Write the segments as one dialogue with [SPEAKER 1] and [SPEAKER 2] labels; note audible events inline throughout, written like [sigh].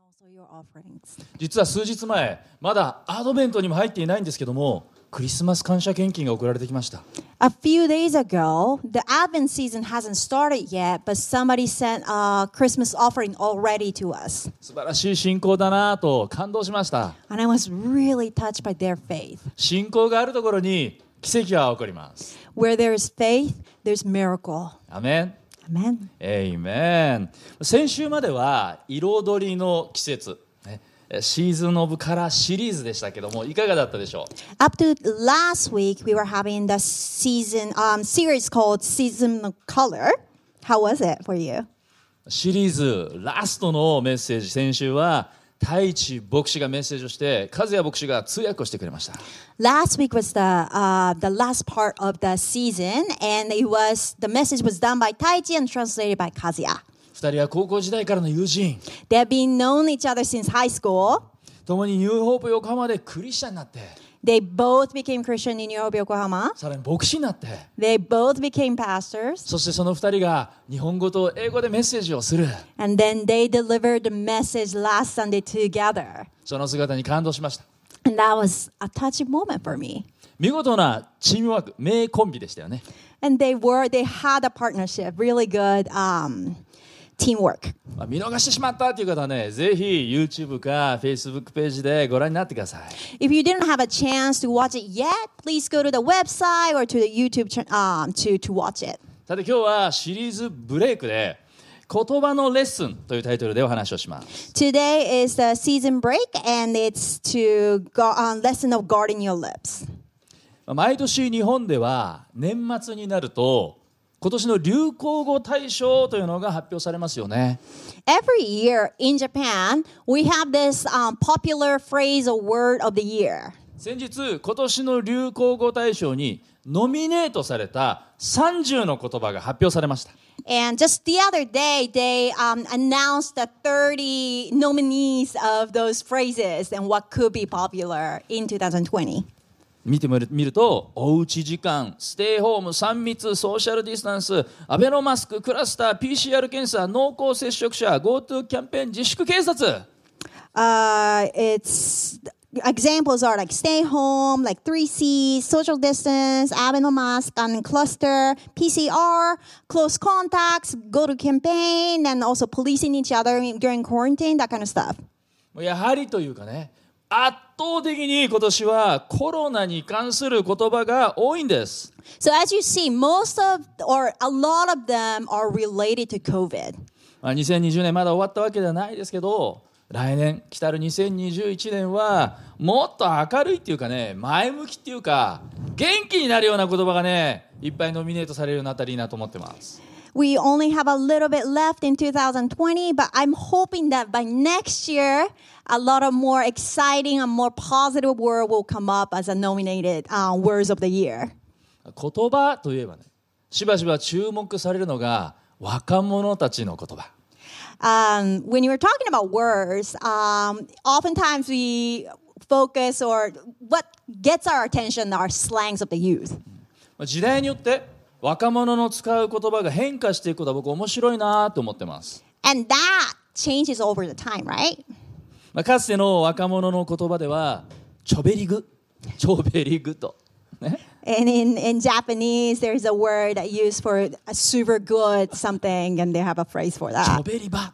[SPEAKER 1] also your offerings.
[SPEAKER 2] 実は数日前まだアドベントにも入っていないんですけどもクリスマス感謝献金が送られてきました
[SPEAKER 1] A few days ago, the Advent season hasn't started yet, but somebody sent a Christmas offering already to us.
[SPEAKER 2] 素晴らしい信仰だなぁと感動しました
[SPEAKER 1] And I was really touched by their faith.
[SPEAKER 2] 信仰があるところに奇跡は起こります
[SPEAKER 1] Where there is faith, there's miracle.
[SPEAKER 2] アメン
[SPEAKER 1] Amen.
[SPEAKER 2] エイメン先週までは彩りの季節ねシーズン・オブ・カラーシリーズでしたけどもいかがだったでしょう
[SPEAKER 1] Up to last week, we were having the season um, series called Season of Color. How was it for you?
[SPEAKER 2] シリーズラストのメッセージ先週は太一牧師がメッセージをして和也牧師が通訳をしてくれました
[SPEAKER 1] Last week was the uh, the last part of the season, and it was the message was done by Taiji and translated by Kazuya.
[SPEAKER 2] 二人は高校時代からの友人
[SPEAKER 1] They have been known each other since high school.
[SPEAKER 2] 共にニューホープ横浜でクリスチャンになって
[SPEAKER 1] They both became Christian in Yoruba, Yokohama.
[SPEAKER 2] さらに牧師になって
[SPEAKER 1] They both became pastors,
[SPEAKER 2] そしてその二人が日本語と英語でメッセージをする
[SPEAKER 1] and then they delivered the message last Sunday together.
[SPEAKER 2] その姿に感動しました
[SPEAKER 1] And that was a touching moment for me.
[SPEAKER 2] 見事なチームワーク名コンビでしたよね
[SPEAKER 1] And they were they had a partnership, really good um, teamwork.
[SPEAKER 2] まあ、見逃してしまったという方はね、ぜひ YouTube か Facebook ページでご覧になってください。
[SPEAKER 1] If you didn't have a chance to watch it yet, please go to the website or to the YouTube ch- um, to to watch it.
[SPEAKER 2] さて今日はシリーズブレイクで言葉のレッスンというタイトルでお話をします。
[SPEAKER 1] Today is the season break, and it's to go on lesson of guarding your lips.
[SPEAKER 2] まあ毎年日本では年末になると今年の流行語大賞というのが発表されますよね。
[SPEAKER 1] Every year in Japan, we have this um, popular phrase or word of the year.
[SPEAKER 2] 先日今年の流行語大賞にノミネートされた30の言葉が発表されました。
[SPEAKER 1] And just the other day, they um, announced the 30 nominees of those phrases and what could be popular in 2020.
[SPEAKER 2] 見てみる見るとおうち時間ステイホーム3密ソーシャルディスタンスアベノマスククラスター PCR 検査濃厚接触者 GoTo キャンペーン自粛警察
[SPEAKER 1] Uh, it's examples are like stay home, like 3C, social distance, abino mask, and cluster, PCR, close contacts, go to campaign, and also policing each other during quarantine, that kind of stuff.
[SPEAKER 2] やはりというかね圧倒的に今年はコロナに関する言葉が多いんです
[SPEAKER 1] So as you see, most of or a lot of them are related to COVID.
[SPEAKER 2] まあ2020年まだ終わったわけではないですけど来年来たる2021年はもっと明るいっていうかね前向きっていうか元気になるような言葉がねいっぱいノミネートされるようになったらいいなと思ってます。
[SPEAKER 1] We only have a little bit left in 2020, but I'm hoping that by next year, a lot of more exciting and more positive word will come up as a nominated uh, words of the year.
[SPEAKER 2] 言葉といえばねしばしば注目されるのが若者たちの言葉
[SPEAKER 1] Um, when you were talking about words, um, oftentimes we focus or what gets our attention are slangs of the youth.
[SPEAKER 2] まあ時代によって若者の使う言葉が変化していくことは僕面白いなと思ってます、
[SPEAKER 1] And that changes over the time, right?
[SPEAKER 2] まあ、かつての若者の言葉ではちょべりぐちょべりぐとね
[SPEAKER 1] And in, in Japanese, there's a word used for a super good something, and they have a phrase for
[SPEAKER 2] ちょ
[SPEAKER 1] that.
[SPEAKER 2] べり [laughs] ば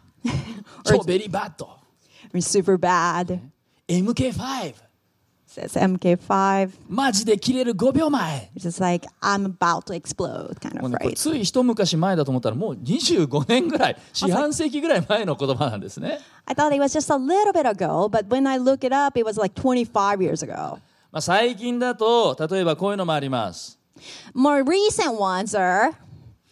[SPEAKER 2] ちょべりばと
[SPEAKER 1] Or super bad,
[SPEAKER 2] MK5
[SPEAKER 1] says MK5.
[SPEAKER 2] マジで切れる5秒前
[SPEAKER 1] It's just like, I'm about to explode kind
[SPEAKER 2] もう
[SPEAKER 1] of
[SPEAKER 2] ねこ
[SPEAKER 1] phrase.
[SPEAKER 2] れつい一昔前だと思ったらもう25年 [laughs] ぐらい四半世紀ぐらい前の言葉なんですね
[SPEAKER 1] I thought it was just a little bit ago, but when I look it up, it was like 25 years ago.
[SPEAKER 2] まあ、最近だと例えばこういうのもあります、
[SPEAKER 1] More recent ones are,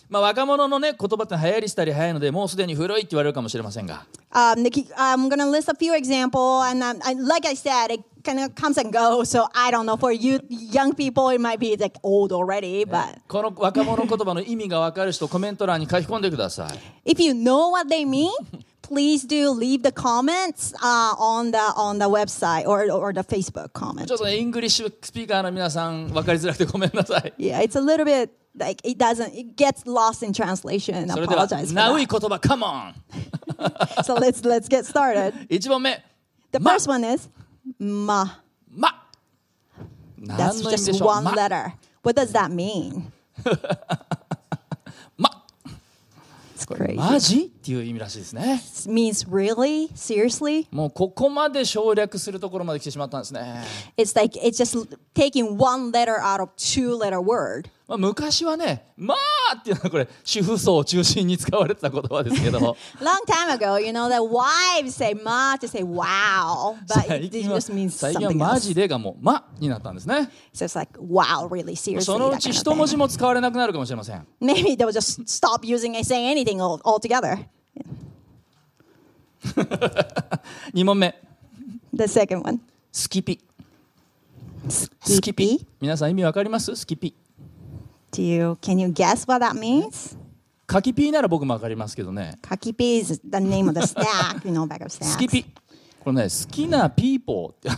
[SPEAKER 2] まあ、若者のね言葉って流行りしたり早いのでもうすでに古いって言われるかもしれませんが
[SPEAKER 1] um, Nikki, I'm going to list a few examples. And um, I, like I said, it kind of comes and goes. So I don't know. For you young people, it might be like old already, but.
[SPEAKER 2] この若者言葉の意味が分かる人コメント欄に書き込んでください [laughs]
[SPEAKER 1] If you know what they mean, please do leave the comments uh, on the on the website or or the Facebook comment.
[SPEAKER 2] ちょっとねイングリッシュスピーカーの皆さん分かりづらくてごめんな [laughs] さい
[SPEAKER 1] Yeah, it's a little bit like it doesn't it gets lost in translation.
[SPEAKER 2] そ
[SPEAKER 1] I
[SPEAKER 2] れでは
[SPEAKER 1] apologize. For
[SPEAKER 2] ナウイ
[SPEAKER 1] that.
[SPEAKER 2] 言葉カモン
[SPEAKER 1] So let's let's get started.
[SPEAKER 2] 1問目
[SPEAKER 1] The
[SPEAKER 2] Ma.
[SPEAKER 1] first one is ma.
[SPEAKER 2] ま何
[SPEAKER 1] That's
[SPEAKER 2] の意味で
[SPEAKER 1] just
[SPEAKER 2] しょう
[SPEAKER 1] one
[SPEAKER 2] ま
[SPEAKER 1] letter. What does that mean?
[SPEAKER 2] ま
[SPEAKER 1] It's crazy.
[SPEAKER 2] マジっていう意味らしいですね
[SPEAKER 1] It means really seriously.
[SPEAKER 2] もうここまで省略するところまで来てしまったんですね、
[SPEAKER 1] It's like it's just taking one letter out of two letter word.
[SPEAKER 2] まあ、昔はね「まあ」っていうのはこれ主婦層を中心に使われてた言葉ですけど
[SPEAKER 1] Long time ago, you know that wives say ma to say wow, [laughs] but it
[SPEAKER 2] 最
[SPEAKER 1] it
[SPEAKER 2] 近は
[SPEAKER 1] just means
[SPEAKER 2] 最近は「
[SPEAKER 1] something
[SPEAKER 2] マ
[SPEAKER 1] else.
[SPEAKER 2] ジで」がもう「ま」になったんですね
[SPEAKER 1] So it's like wow, really seriously.
[SPEAKER 2] そのう
[SPEAKER 1] that
[SPEAKER 2] ち
[SPEAKER 1] kind of
[SPEAKER 2] 一文
[SPEAKER 1] thing.
[SPEAKER 2] 字も使われなくなるかもしれません
[SPEAKER 1] Maybe they'll just stop using and saying anything al- altogether.
[SPEAKER 2] 2問目
[SPEAKER 1] The second one.
[SPEAKER 2] スキピスキピ皆さん意味わかりますスキピ
[SPEAKER 1] Do you can you guess what that means?
[SPEAKER 2] カキピーなら僕もわかりますけどね
[SPEAKER 1] Kakipi is the name of the snack, you know, bag of snacks.
[SPEAKER 2] スキピこれね好きなピーポーって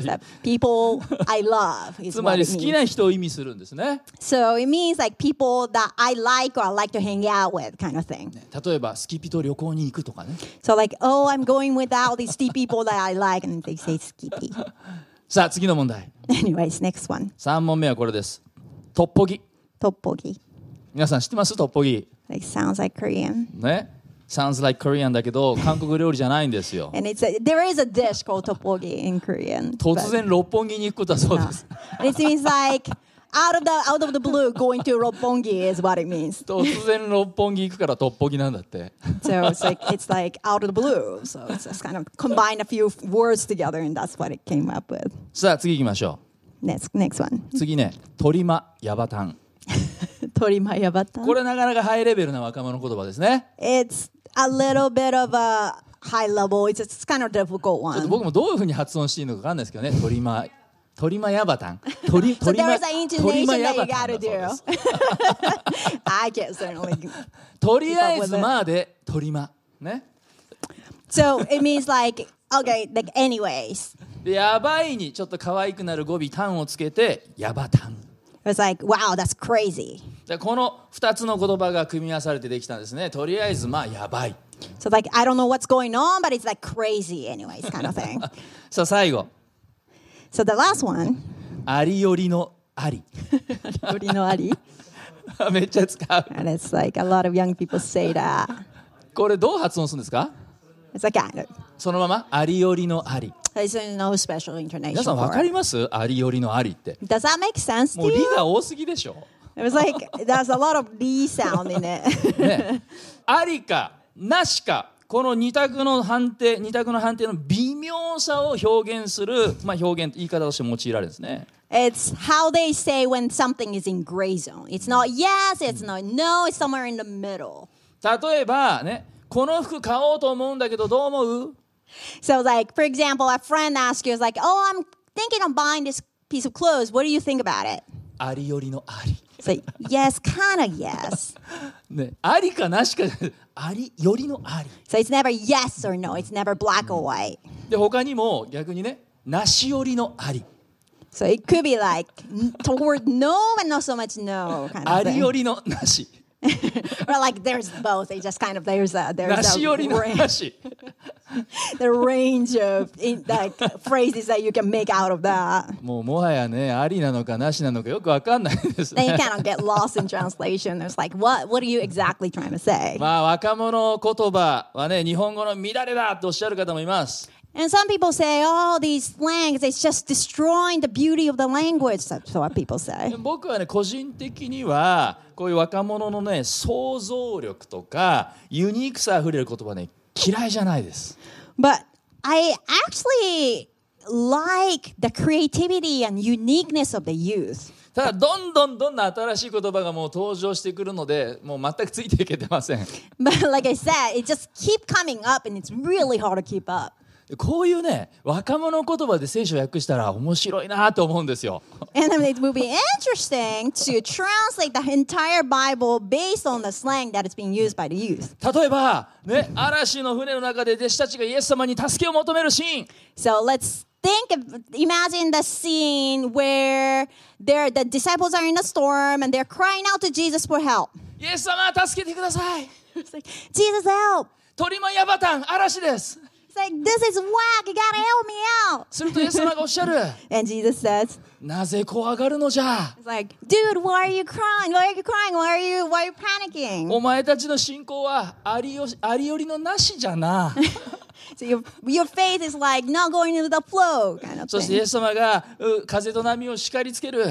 [SPEAKER 1] The people I love is
[SPEAKER 2] つま
[SPEAKER 1] what
[SPEAKER 2] り
[SPEAKER 1] it
[SPEAKER 2] 好き
[SPEAKER 1] means.
[SPEAKER 2] な人を意味するんですね
[SPEAKER 1] So it means like people that I like or I like to hang out with, kind of thing.
[SPEAKER 2] 例えばスキピと旅行に行くとかね
[SPEAKER 1] So like, oh, I'm going with all these tea people that I like, and they say skippy. [laughs]
[SPEAKER 2] さあ次の問題
[SPEAKER 1] Anyways, next one,
[SPEAKER 2] 3問目はこれですトッポギ
[SPEAKER 1] tteokbokki.
[SPEAKER 2] 皆さん知ってますトッポギ
[SPEAKER 1] Like sounds like Korean,
[SPEAKER 2] ね Sounds like Korean だけど韓国料理じゃないんです [laughs] よ
[SPEAKER 1] and it's a, there is a dish called tteokbokki in Korean.
[SPEAKER 2] 突然六本木に行くことはそうです [laughs]
[SPEAKER 1] And it means like out of the out of the blue, going to roppongi is what it means.
[SPEAKER 2] 突然六本木行くからトッポギなんだって
[SPEAKER 1] So it's like it's like out of the blue. So it's just kind of combine a few words together, and that's what it came up with.
[SPEAKER 2] さあ次行きましょ
[SPEAKER 1] Next, next one, [laughs]
[SPEAKER 2] う次ね鳥間ヤバタン
[SPEAKER 1] torimayabata.
[SPEAKER 2] これなかなかハイレベルな若者言葉ですね
[SPEAKER 1] It's a little bit of a high level. It's, it's kind of difficult
[SPEAKER 2] ちょっと
[SPEAKER 1] one.
[SPEAKER 2] 僕もどういうふうに発音していいのか分かんないですけどね鳥間鳥間ヤバタン [laughs] 鳥
[SPEAKER 1] So
[SPEAKER 2] 鳥
[SPEAKER 1] there
[SPEAKER 2] 間
[SPEAKER 1] is an
[SPEAKER 2] 鳥
[SPEAKER 1] intonation
[SPEAKER 2] 間
[SPEAKER 1] that you
[SPEAKER 2] ヤバタ
[SPEAKER 1] gotta
[SPEAKER 2] ンだそうです
[SPEAKER 1] do. [laughs] I can certainly.
[SPEAKER 2] とりあえずまあで鳥間ね
[SPEAKER 1] So it means like okay, like anyways.
[SPEAKER 2] でやばいにちょっと可愛くなる語尾タンをつけてヤバタン
[SPEAKER 1] It was like wow, that's crazy.
[SPEAKER 2] でこの2つの言葉が組み合わされてできたんですねとりあえずまあやばい
[SPEAKER 1] So like I don't know what's going on, but it's like crazy anyways, kind of thing.
[SPEAKER 2] さあ最後
[SPEAKER 1] So the last one,
[SPEAKER 2] ありよりのあり
[SPEAKER 1] Orinori,
[SPEAKER 2] [laughs] めっちゃ使う
[SPEAKER 1] and it's like a lot of young people say that.
[SPEAKER 2] これどう発音するんですか
[SPEAKER 1] It's like kind of.
[SPEAKER 2] そのままありよりのあり
[SPEAKER 1] There's uh, no special intonation.
[SPEAKER 2] 皆さん
[SPEAKER 1] for
[SPEAKER 2] 分か
[SPEAKER 1] it.
[SPEAKER 2] りますありよりのありって
[SPEAKER 1] Does that make sense to
[SPEAKER 2] もう「り
[SPEAKER 1] you?」
[SPEAKER 2] が多すぎでしょ
[SPEAKER 1] It was like there's a lot of D sound in it. [laughs]
[SPEAKER 2] ねありかなしかこの二択の判定二択の判定の微妙さを表現する、まあ、表現言い方として用いられるんですね
[SPEAKER 1] It's how they say when something is in gray zone. It's not yes, it's not no, it's somewhere in the middle.
[SPEAKER 2] 例えばねこの服買おうと思うんだけどどう思う
[SPEAKER 1] So like for example, a friend asks you, it's like, Oh, I'm thinking of buying this piece of clothes. What do you think about it?
[SPEAKER 2] ありよりのあり
[SPEAKER 1] It's like, yes, kinda yes.
[SPEAKER 2] ねありかなしかじゃないありよりのあり
[SPEAKER 1] So it's never yes or no, it's never black or white.
[SPEAKER 2] で他にも逆にねなしよりのあり
[SPEAKER 1] So it could be like n- toward no but not so much no kind
[SPEAKER 2] あ
[SPEAKER 1] of
[SPEAKER 2] り
[SPEAKER 1] thing.
[SPEAKER 2] よりのなし
[SPEAKER 1] Or like there's both. It's just kind of there's a
[SPEAKER 2] な
[SPEAKER 1] there's
[SPEAKER 2] しよりの
[SPEAKER 1] a
[SPEAKER 2] なし
[SPEAKER 1] the range of in, like phrases that you can make out of that.
[SPEAKER 2] もうもはやねありなのかなしなのかよくわかんないですね
[SPEAKER 1] Then you kind of get lost in translation. It's like, what? What are you exactly trying to say?
[SPEAKER 2] まあ若者言葉はね日本語の乱れだっておっしゃる方もいます
[SPEAKER 1] And some people say, oh, these slangs, it's just destroying the beauty of the language. That's what people say.
[SPEAKER 2] 僕はね個人的にはこういう若者のね想像力とかユニークさあふれる言葉ね嫌いじゃないです
[SPEAKER 1] But I actually like the creativity and uniqueness of the youth. [laughs]
[SPEAKER 2] ただどんどんどんどん新しい言葉がもう登場してくるのでもう全くついていけてません
[SPEAKER 1] But like I said, it just keep coming up and it's really hard to keep up.
[SPEAKER 2] でこういうね若者言葉で聖書を訳したら面白いなと思うんですよ。
[SPEAKER 1] And I mean, it would be interesting to translate the entire Bible based on the slang that is being used by the youth.
[SPEAKER 2] 例えば、ね、嵐の船の中で弟子たちがイエス様に助けを求めるシーン
[SPEAKER 1] So let's think, of, imagine the scene where they're, the disciples are in a storm and they're crying out to Jesus for help. [laughs]
[SPEAKER 2] イエス様助けてください
[SPEAKER 1] It's like, Jesus, help!
[SPEAKER 2] 鳥間ヤバタン嵐です
[SPEAKER 1] It's like, this is whack, you gotta help me out.
[SPEAKER 2] するとイエス様がおっしゃる [laughs]
[SPEAKER 1] And Jesus says,
[SPEAKER 2] なぜ怖がるのじゃ
[SPEAKER 1] It's like, dude, why are you crying? Why are you crying? Why are you, why are you panicking?
[SPEAKER 2] お前たちの信仰はありよありよりのなしじゃな
[SPEAKER 1] [laughs] So your, your faith is like not going with the flow kind of
[SPEAKER 2] そしてイ
[SPEAKER 1] thing.
[SPEAKER 2] エス様がう風と波を叱りつける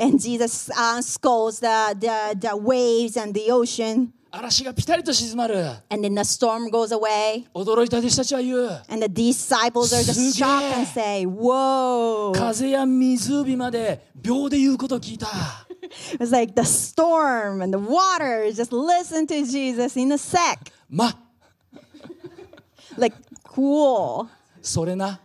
[SPEAKER 1] And Jesus uh, scolds the, the, the waves and the ocean.
[SPEAKER 2] 嵐がピタリと沈まる
[SPEAKER 1] And then the storm goes away.
[SPEAKER 2] 驚いた弟子たちは言う
[SPEAKER 1] And the disciples are just shocked and say, Whoa.
[SPEAKER 2] 風や湖まで秒で言うこと聞いた
[SPEAKER 1] It's like the storm and the water. Just listen to Jesus in a sec.
[SPEAKER 2] ま
[SPEAKER 1] Like, cool. [laughs]
[SPEAKER 2] それな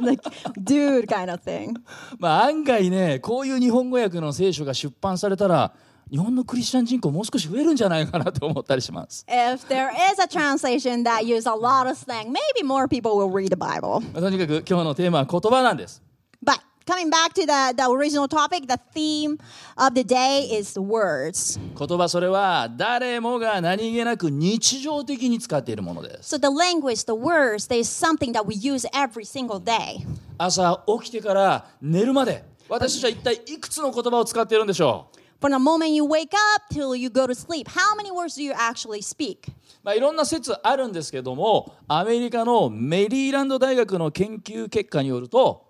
[SPEAKER 1] like, dude, kind of thing.
[SPEAKER 2] まあ案外ねこういう日本語訳の聖書が出版されたら日本のクリスチャン人口もう少し増えるんじゃないかなと思ったりします
[SPEAKER 1] If there is a translation that uses a lot of slang, maybe more people will read the Bible.
[SPEAKER 2] まあとにかく今日のテーマは言葉なんです
[SPEAKER 1] But coming back to the, the original topic, the theme of the day is the words.
[SPEAKER 2] 言葉それは誰もが何気なく日常的に使っているものです
[SPEAKER 1] So the language, the words, there is something that we use every single day.
[SPEAKER 2] 朝起きてから寝るまで私たちは一体いくつの言葉を使っているんでしょう
[SPEAKER 1] From the moment you wake up till you go to sleep, how many words do you actually speak?
[SPEAKER 2] まあ、いろんな説あるんですけどもアメリカのメリーランド大学の研究結果によると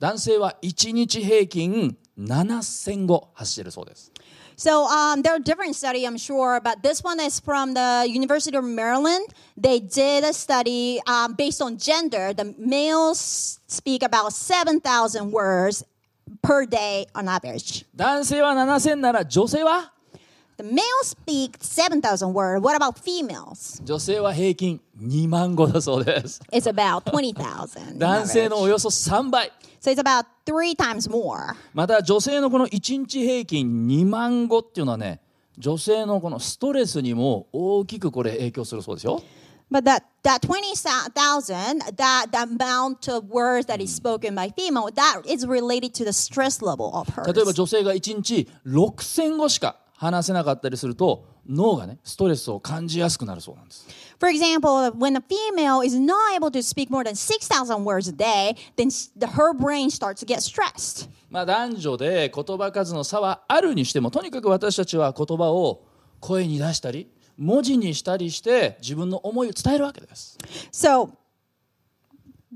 [SPEAKER 2] 男性は1日平均7000語発しているそうです
[SPEAKER 1] So um, there are different study, I'm sure, but this one is from the University of Maryland. They did a study um, based on gender. The males speak about 7,000 words per day on average.
[SPEAKER 2] 男性は7000なら女性は
[SPEAKER 1] The males speak 7,000 words. What about females?
[SPEAKER 2] 女性は平均2万語だそうです
[SPEAKER 1] It's about 20,000.
[SPEAKER 2] 男性のお
[SPEAKER 1] average.
[SPEAKER 2] よそ3倍
[SPEAKER 1] So it's about three times more.
[SPEAKER 2] また女性のこの1日平均2万語っていうのはね女性のこのストレスにも大きくこれ影響するそうですよ
[SPEAKER 1] But that, that 20,000, that, that amount of words that is spoken by female, that is related to the stress level of her.
[SPEAKER 2] 例えば女性が1日6000語しか話せなかったりすると脳がねストレスを感じやすくなるそうなんです
[SPEAKER 1] For example, when a female is not able to speak more than 6,000 words a day, then s- the, her brain starts to get stressed.
[SPEAKER 2] まあ男女で言葉数の差はあるにしてもとにかく私たちは言葉を声に出したり文字にしたりして自分の思いを伝えるわけです
[SPEAKER 1] So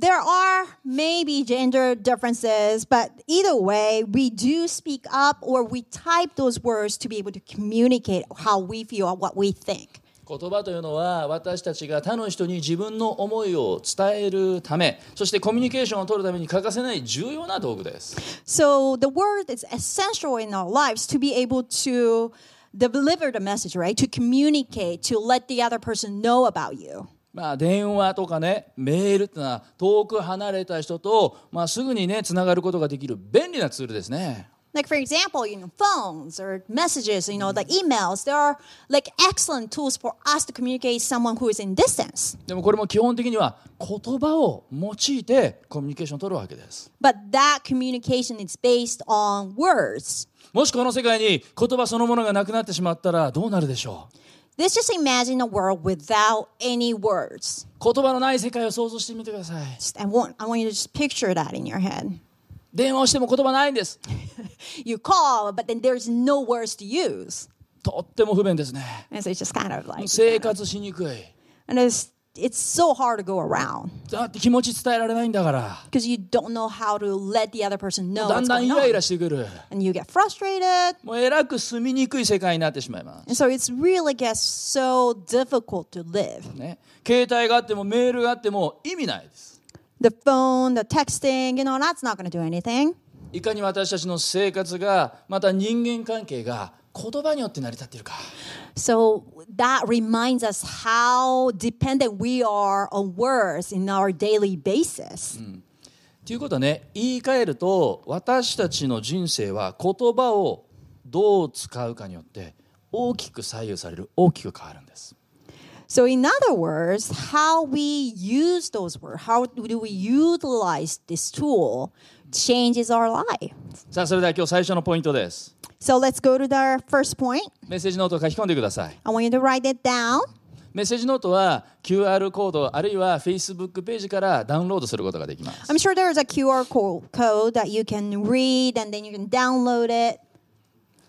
[SPEAKER 1] there are maybe gender differences, but either way, we do speak up or we type those words to be able to communicate how we feel or what we think.
[SPEAKER 2] 言葉というのは私たちが他の人に自分の思いを伝えるためそしてコミュニケーションを取るために欠かせない重要な道具です
[SPEAKER 1] So the word is essential in our lives to be able to deliver the message, right? To communicate, to let the other person know about you.
[SPEAKER 2] まあ、電話とかねメールってのは遠く離れた人と、まあ、すぐにねつながることができる便利なツールですね
[SPEAKER 1] Like for example, you know, phones or messages, you know, like emails, they are like excellent tools for us to communicate someone who is in distance.
[SPEAKER 2] でもこれも基本的には言葉を用いてコミュニケーションを取るわけです
[SPEAKER 1] But that communication is based on words.
[SPEAKER 2] もしこの世界に言葉そのものがなくなってしまったらどうなるでしょう
[SPEAKER 1] Let's just imagine a world without any words.
[SPEAKER 2] 言葉のない世界を想像してみてください
[SPEAKER 1] Just, I want I want you to just picture that in your head.
[SPEAKER 2] 電話をしても言葉ないんです
[SPEAKER 1] You call, but then there's no words to use.
[SPEAKER 2] とっても不便ですね
[SPEAKER 1] And so it's just kind of like
[SPEAKER 2] 生活しにくい
[SPEAKER 1] and it's it's so hard to go around
[SPEAKER 2] だって気持ち伝えられないんだから
[SPEAKER 1] because you don't know how to let the other person know
[SPEAKER 2] だん
[SPEAKER 1] what's
[SPEAKER 2] だんイ
[SPEAKER 1] going
[SPEAKER 2] ライ
[SPEAKER 1] on.
[SPEAKER 2] ラしてくる
[SPEAKER 1] And you get frustrated.
[SPEAKER 2] もうえらく住みにくい世界になってしまいます
[SPEAKER 1] And so it's really gets so difficult to live.
[SPEAKER 2] ね、携帯があってもメールがあっても意味ないです。
[SPEAKER 1] The phone, the texting, you know, that's not going to do anything.
[SPEAKER 2] いかに私たちの生活がまた人間関係が言葉によって成り立っているか
[SPEAKER 1] So that reminds us how dependent we are on words in our daily basis.
[SPEAKER 2] ということはね言い換えると私たちの人生は言葉をどう使うかによって大きく左右される大きく変わるんです
[SPEAKER 1] So, in other words, how we use those words, how do we utilize this tool, changes our life.
[SPEAKER 2] さあそれでは今日最初のポイントです
[SPEAKER 1] So, let's go to the first point.
[SPEAKER 2] メッセージノートを書き込んでください
[SPEAKER 1] I want you to write it down.
[SPEAKER 2] メッセージノートは QR コードあるいは Facebook ページからダウンロードすることができます
[SPEAKER 1] I'm sure there's a QR co- code that you can read and then you can download it.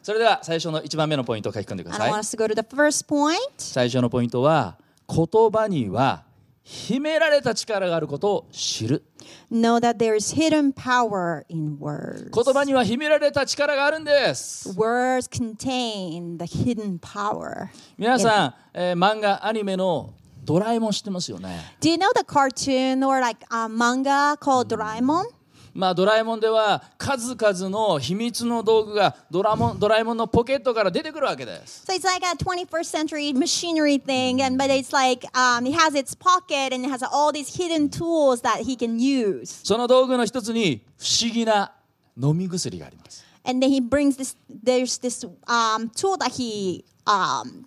[SPEAKER 2] それでは最初の1番目のポイントを書き込んでくだ
[SPEAKER 1] And I
[SPEAKER 2] さ
[SPEAKER 1] want
[SPEAKER 2] い
[SPEAKER 1] us to go to the first point.
[SPEAKER 2] 最初のポイントは言葉には秘められた力があることを知る
[SPEAKER 1] Know that there is hidden power in words.
[SPEAKER 2] 言葉には秘められた力があるんです
[SPEAKER 1] Words contain the hidden power.
[SPEAKER 2] 皆さん、えー漫画アニメのドラえもん知ってますよね
[SPEAKER 1] Do you know the cartoon or like a manga called Doraemon?
[SPEAKER 2] まあドラえもんでは数々の秘密の道具がドラもんドラえもんのポケットから出てくるわけです
[SPEAKER 1] So it's like a 21st century machinery thing, and but it's like um, it has its pocket and it has all these hidden tools that he can use.
[SPEAKER 2] その道具の一つに不思議な飲み薬があります
[SPEAKER 1] And then he brings this. There's this um, tool that he um,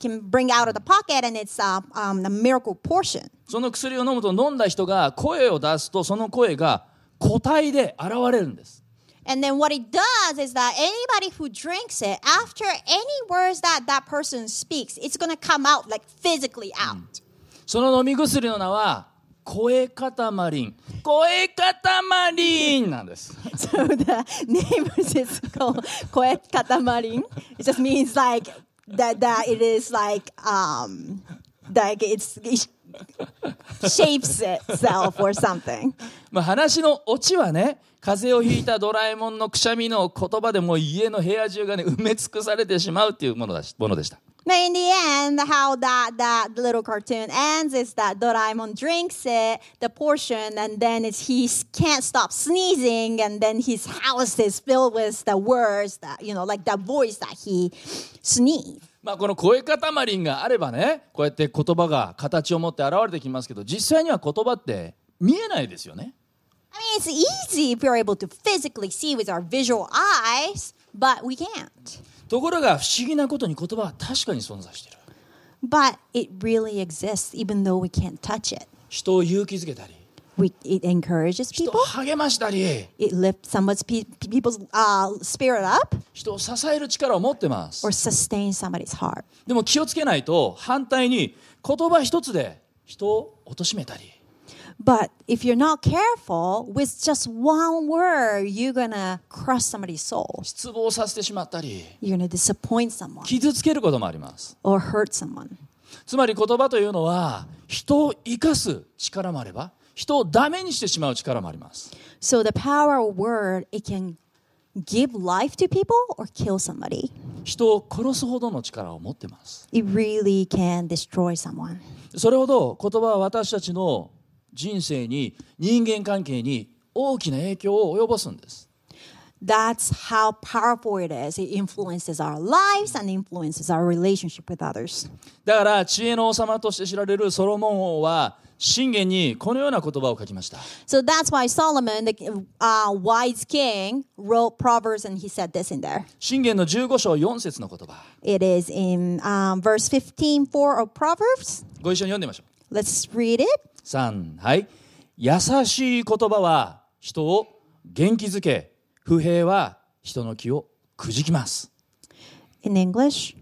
[SPEAKER 1] can bring out of the pocket, and it's uh, um, the miracle portion.
[SPEAKER 2] その薬を飲むと飲んだ人が声を出すとその声が個体で現れるんです
[SPEAKER 1] And then what it does is that anybody who drinks it, after any words that that person speaks, it's gonna come out like physically out.
[SPEAKER 2] その飲み薬の名は声かたまりん声かたまりんなんです
[SPEAKER 1] So the [laughs] name of this is called Koe Katamarin. It just means like that that it is like um like it's it shapes itself or something.
[SPEAKER 2] まあ話のオチはね風邪をひいたドラえもんのくしゃみの言葉でもう家の部屋中がね埋め尽くされてしまうっていうものだしものでした
[SPEAKER 1] But in the end, how that that little cartoon ends is that Doraemon drinks it, the portion, and then it's, he s- can't stop sneezing, and then his house is filled with the words that you know, like the voice that he sneezed.
[SPEAKER 2] まあこの声かたまりんがあればねこうやって言葉が形を持って現れてきますけど実際には言葉って見えないですよね
[SPEAKER 1] I mean, it's easy if we're able to physically see with our visual eyes, but we can't.
[SPEAKER 2] ところが不思議なことに言葉は確かに存在している
[SPEAKER 1] But it really exists, even though we can't touch it.
[SPEAKER 2] 人を勇気づけたり
[SPEAKER 1] We, it encourages
[SPEAKER 2] 人を
[SPEAKER 1] people.
[SPEAKER 2] 励ましたり
[SPEAKER 1] It lifts someone's pe- people's uh, spirit up
[SPEAKER 2] 人を支える力を持ってます
[SPEAKER 1] or sustains somebody's heart.
[SPEAKER 2] でも気をつけないと反対に言葉一つで人を貶めたり
[SPEAKER 1] But if you're not careful, with just one word, you're gonna crush somebody's soul.
[SPEAKER 2] 失望させてしまったり
[SPEAKER 1] You're gonna disappoint someone
[SPEAKER 2] 傷つけることもあります
[SPEAKER 1] or hurt someone.
[SPEAKER 2] つまり言葉というのは人を生かす力もあれば人をダメにしてしまう力もあります
[SPEAKER 1] So the power of word, it can give life to people or kill somebody.
[SPEAKER 2] 人を殺すほどの力を持ってます
[SPEAKER 1] It really can destroy someone.
[SPEAKER 2] それほど言葉は私たちの人生に人間関係に大きな影響を及ぼすんです
[SPEAKER 1] That's how powerful it is. It influences our lives and influences our relationship with others.
[SPEAKER 2] だから知恵の王様として知られるソロモン王は信玄にこのような言葉を書きました
[SPEAKER 1] So that's why Solomon, the uh, wise king, wrote Proverbs and he said this in there.
[SPEAKER 2] 信玄の15章4節の言葉
[SPEAKER 1] It is in um, verse 15, 4 of Proverbs.
[SPEAKER 2] ご一緒に読んでみましょう
[SPEAKER 1] Let's read it.
[SPEAKER 2] 3はい優しい言葉は人を元気づけ不平は人の気をくじきます
[SPEAKER 1] in English.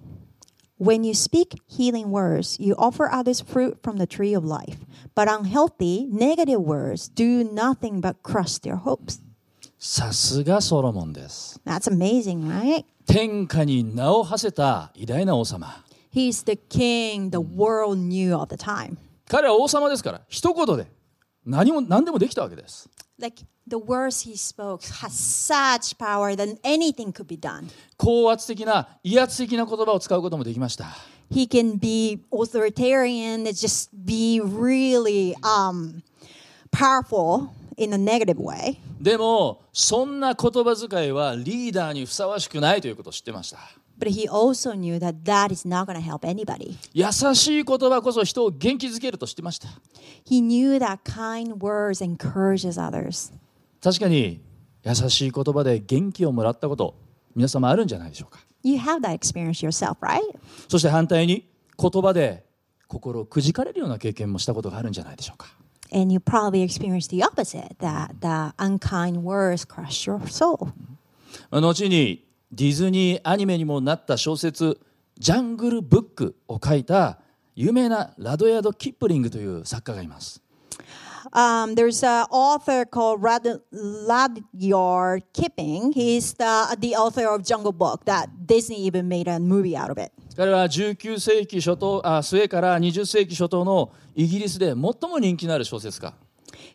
[SPEAKER 1] When you speak healing words, you offer others fruit from the tree of life. But unhealthy, negative words do nothing but crush their hopes.
[SPEAKER 2] さすがソロモンです
[SPEAKER 1] That's amazing, right?
[SPEAKER 2] 天下に名を馳せた偉大な王様
[SPEAKER 1] He's the king the world knew all the time.
[SPEAKER 2] 彼は王様ですから一言で何も何でもできたわけです
[SPEAKER 1] Like the words he spoke has such power that anything could be done.
[SPEAKER 2] 高圧的な威圧的な言葉を使うこともできました
[SPEAKER 1] He can be authoritarian and just be really um, powerful in a negative way.
[SPEAKER 2] でもそんな言葉遣いはリーダーにふさわしくないということを知ってました
[SPEAKER 1] But he also knew that that is not going to help anybody.
[SPEAKER 2] 優しい言葉こそ人を元気づけると知ってました
[SPEAKER 1] He knew that kind words encourages others.
[SPEAKER 2] 確かに優しい言葉で元気をもらったこと皆様あるんじゃないでしょうか
[SPEAKER 1] You have that experience yourself, right?
[SPEAKER 2] そして反対に言葉で心をくじかれるような経験もしたことがあるんじゃないでしょうか
[SPEAKER 1] And you probably experienced the opposite that the unkind words crush your soul.
[SPEAKER 2] 後にディズニーアニメにもなった小説「ジャングルブック」を書いた有名なラドヤード・キップリングという作家がいます。
[SPEAKER 1] Um, there's an author called Rad- Rudyard Kipling. He's the, the author of Jungle Book, that Disney even made a movie out of it.
[SPEAKER 2] 彼は19世紀初頭あ末から20世紀初頭のイギリスで最も人気のある小説家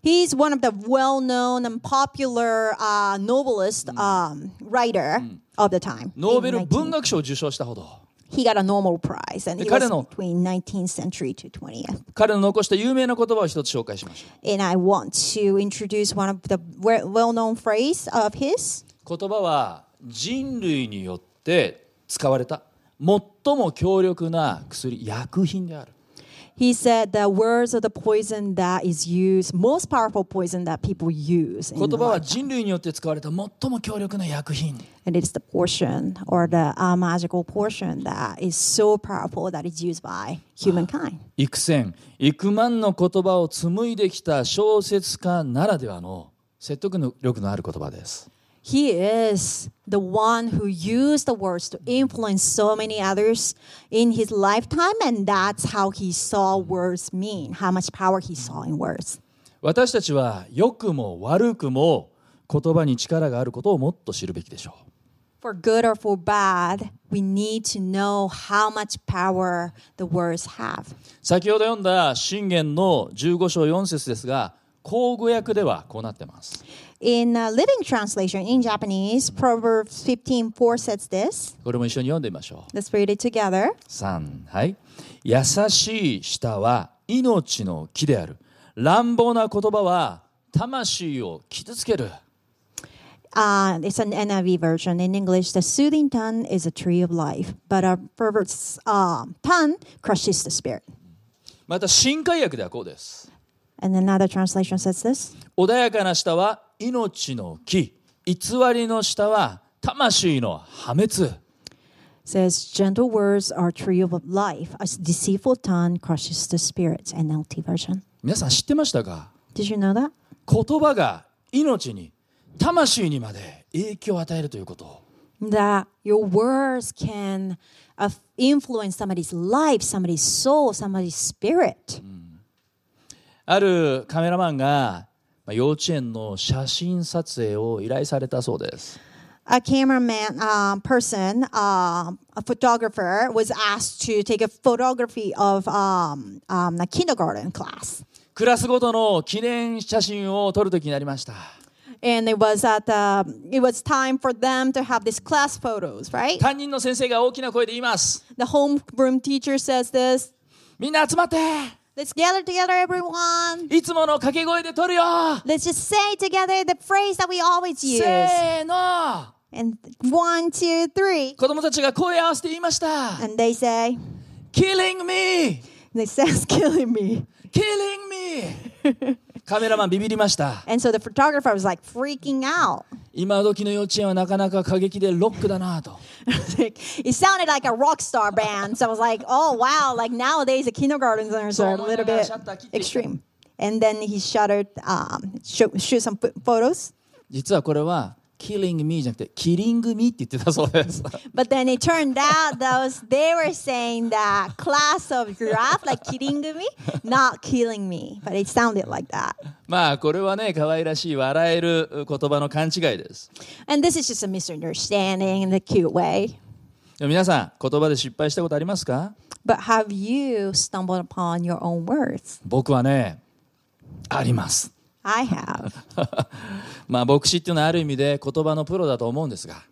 [SPEAKER 1] He's one of the well-known and popular uh, novelist um, writer of the time.
[SPEAKER 2] ノー
[SPEAKER 1] In
[SPEAKER 2] ベル
[SPEAKER 1] 19-
[SPEAKER 2] 文学賞を受賞したほど
[SPEAKER 1] he got a Nobel Prize, and it was
[SPEAKER 2] 彼の-
[SPEAKER 1] between 19th century to 20th.
[SPEAKER 2] 彼の残した有名な言葉を一つ紹介しましょ
[SPEAKER 1] And I want to introduce one of the we- well-known phrase of his.
[SPEAKER 2] う言葉は人類によって使われた最も強力な薬薬品である
[SPEAKER 1] He said the words of the poison that is used, most powerful poison that people use, in
[SPEAKER 2] 言
[SPEAKER 1] life.
[SPEAKER 2] 葉は人類によって使われた最も強力な薬品
[SPEAKER 1] and it's the portion or the uh, magical portion that is so powerful that is used by humankind.
[SPEAKER 2] 幾千幾万の言葉を紡いできた小説家ならではの説得力のある言葉です
[SPEAKER 1] He is the one who used the words to influence so many others in his lifetime, and that's how he saw words mean, how much power he saw in words.
[SPEAKER 2] 私たちは良くも悪くも言葉に力があることをもっと知るべきでしょ
[SPEAKER 1] For good or for bad, we need to know how much power the words have.
[SPEAKER 2] う先ほど読んだ信玄の15章4節ですが口語訳ではこうなってます
[SPEAKER 1] In uh, Living Translation in Japanese, Proverbs 15 4 says this.
[SPEAKER 2] これも一緒に読んでみましょう
[SPEAKER 1] Let's read it together.
[SPEAKER 2] 3はい優しい舌は命の木である乱暴な言葉は魂を傷つける
[SPEAKER 1] Uh, it's an NIV version in English. The soothing tongue is a tree of life, but a pervert's um, tongue crushes the spirit.
[SPEAKER 2] また新海訳ではこうです
[SPEAKER 1] And another translation says this
[SPEAKER 2] 穏やかな舌は命の木偽りの舌は魂の破滅
[SPEAKER 1] says, Gentle words are tree of life. A deceitful tongue crushes the spirit. NLT version.
[SPEAKER 2] 皆さん知ってましたか
[SPEAKER 1] Did you know that?
[SPEAKER 2] 言葉が命に魂にまで影響を与えるということを
[SPEAKER 1] That your words can uh, influence somebody's life, somebody's soul, somebody's spirit.
[SPEAKER 2] あるカメラマンがまあ幼稚園の写真撮影を依頼されたそうです
[SPEAKER 1] a cameraman um, person, um, a photographer, was asked to take a photography of um, um, a kindergarten class.
[SPEAKER 2] クラスごとの記念写真を撮る時になりました
[SPEAKER 1] And it was at the, it was time for them to have these class photos, right?
[SPEAKER 2] 担任の先生が大きな声で言います
[SPEAKER 1] The homeroom teacher says this.
[SPEAKER 2] みんな集まって
[SPEAKER 1] Let's gather together, everyone.
[SPEAKER 2] いつもの掛け声で撮るよ
[SPEAKER 1] Let's just say together the phrase that we always
[SPEAKER 2] せ
[SPEAKER 1] use.
[SPEAKER 2] ーの
[SPEAKER 1] And one, two, three.
[SPEAKER 2] 子供たちが声を合わせて言いました。
[SPEAKER 1] And they say,
[SPEAKER 2] Killing me!
[SPEAKER 1] they [laughs] say, it's killing me.
[SPEAKER 2] Killing me! カメラマンビビりました。
[SPEAKER 1] And so the photographer was like freaking out.
[SPEAKER 2] 今時の幼稚園はなかなか過激でロックだなと。
[SPEAKER 1] Like, it sounded like a rock star band. So I was like, oh wow, like nowadays the kindergartners are a little bit extreme. And then he shuttered, um, shoot, shoot some pho- photos.
[SPEAKER 2] 実はこれは Killing me じゃなくて Killing me って言ってたそうです。
[SPEAKER 1] But then it turned out those they were saying that class of giraffe, like kidding me, not killing me. But it sounded like that.
[SPEAKER 2] まあこれはね、可愛らしい笑える言葉の勘違いです。
[SPEAKER 1] And this is just a misunderstanding in a cute way.
[SPEAKER 2] でも皆さん、言葉で失敗したことありますか
[SPEAKER 1] But have you stumbled upon your own words?
[SPEAKER 2] 僕はね、あります。
[SPEAKER 1] I have.
[SPEAKER 2] まあ牧師っていうのはある意味で言葉のプロだと思うんですが。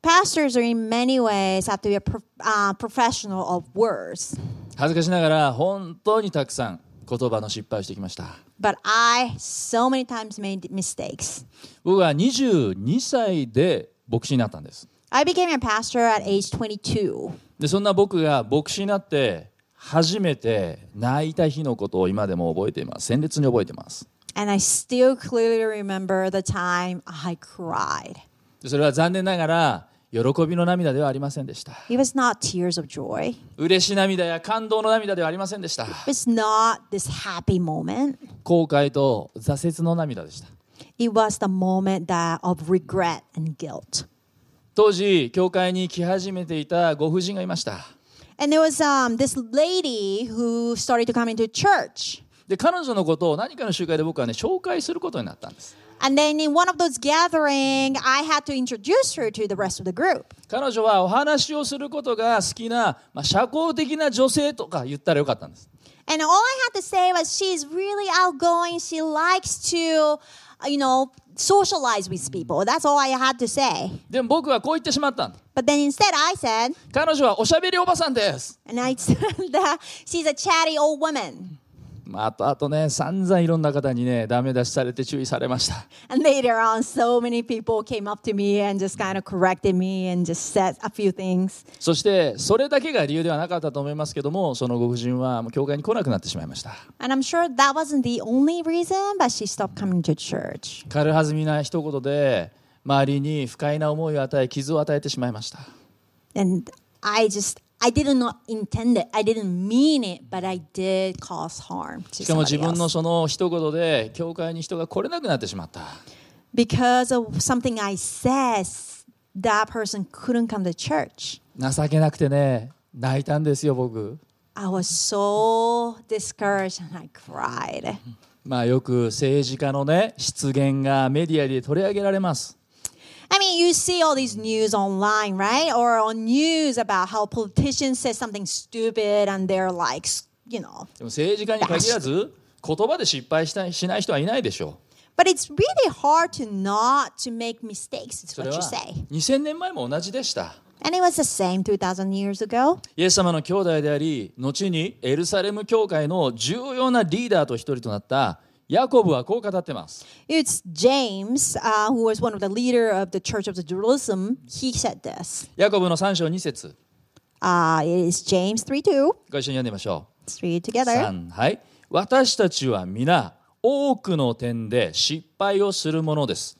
[SPEAKER 1] pastors are in many ways have to be a pro- uh, professional of words
[SPEAKER 2] 恥ずかしながら本当にたくさん言葉の失敗をしてきました
[SPEAKER 1] but i so many times made mistakes
[SPEAKER 2] 僕は22歳で牧師になったんです
[SPEAKER 1] I became a pastor at age 22.
[SPEAKER 2] でそんな僕が牧師になって初めて泣いた日のことを今でも覚えています鮮烈に覚えています
[SPEAKER 1] And I still clearly remember the time I cried.
[SPEAKER 2] でそれは残念ながら喜びの涙ではありませんでした
[SPEAKER 1] It was not tears of joy.
[SPEAKER 2] 嬉し涙や感動の涙ではありませんでした
[SPEAKER 1] It was not this happy moment.
[SPEAKER 2] 後悔と挫折の涙でした
[SPEAKER 1] It was the moment that of regret and guilt.
[SPEAKER 2] 当時教会に来始めていたご婦人がいました
[SPEAKER 1] And there was um, this lady who started to come into church.
[SPEAKER 2] で彼女のことを何かの集会で僕はね紹介することになったんです
[SPEAKER 1] And then in one of those gatherings, I had to introduce her to the rest of the group.
[SPEAKER 2] 彼女はお話をすることが好きな、まあ、社交的な女性とか言ったらよかったんです
[SPEAKER 1] And all I had to say was she's really outgoing. She likes to, uh, you know, socialize with people. That's all I had to say.
[SPEAKER 2] でも僕はこう言ってしまったんだ
[SPEAKER 1] But then instead, I said,
[SPEAKER 2] 彼女はおしゃべりおばさんです。
[SPEAKER 1] and I [laughs] said that she's a chatty old woman.
[SPEAKER 2] まあ、あとあとね、散々いろんな方にね、ダメ出しされて注意されました。
[SPEAKER 1] And later on, so many people came up to me and just kind of corrected me and just said a few things.
[SPEAKER 2] そして、それだけが理由ではなかったと思いますけども、そのご婦人はもう教会に来なくなってしまいました。
[SPEAKER 1] And I'm sure that wasn't the only reason, but she stopped coming to church.
[SPEAKER 2] 軽はずみな一言で、周りに不快な思いを与え、傷を与えてしまいました。
[SPEAKER 1] And I just, I didn't not intend it. I didn't mean it, but I did cause harm to
[SPEAKER 2] しかも
[SPEAKER 1] somebody
[SPEAKER 2] 自分
[SPEAKER 1] else.
[SPEAKER 2] のその一言で、教会に人が来れなくなってしまった。
[SPEAKER 1] because of something I said, that person couldn't come to church.
[SPEAKER 2] 情けなくてね、泣いたんですよ、僕。
[SPEAKER 1] I was so discouraged and I cried.
[SPEAKER 2] まあ、よく政治家のね、失言がメディアで取り上げられます。
[SPEAKER 1] I mean, you see all these news online, right? Or on news about how politicians say something stupid and they're like, you know.
[SPEAKER 2] でも政治家に限らず言葉で失敗したしない人はいないでしょ
[SPEAKER 1] But it's really hard to not to make mistakes, is
[SPEAKER 2] うそれ
[SPEAKER 1] what
[SPEAKER 2] は
[SPEAKER 1] you say.
[SPEAKER 2] 2000年前も同じでした
[SPEAKER 1] And it was the same 2,000 years ago.
[SPEAKER 2] イエス様の兄弟であり後にエルサレム教会の重要なリーダーと一人となったヤコブはこう語ってます
[SPEAKER 1] It's James, uh, who was one of the leader of the Church of Jerusalem. He said this.
[SPEAKER 2] ヤコブの3章2節
[SPEAKER 1] Uh, it is James 3 2.
[SPEAKER 2] ご一緒に読んでみましょう
[SPEAKER 1] Let's read together.
[SPEAKER 2] 3はい私たちは皆多くの点で失敗をするものです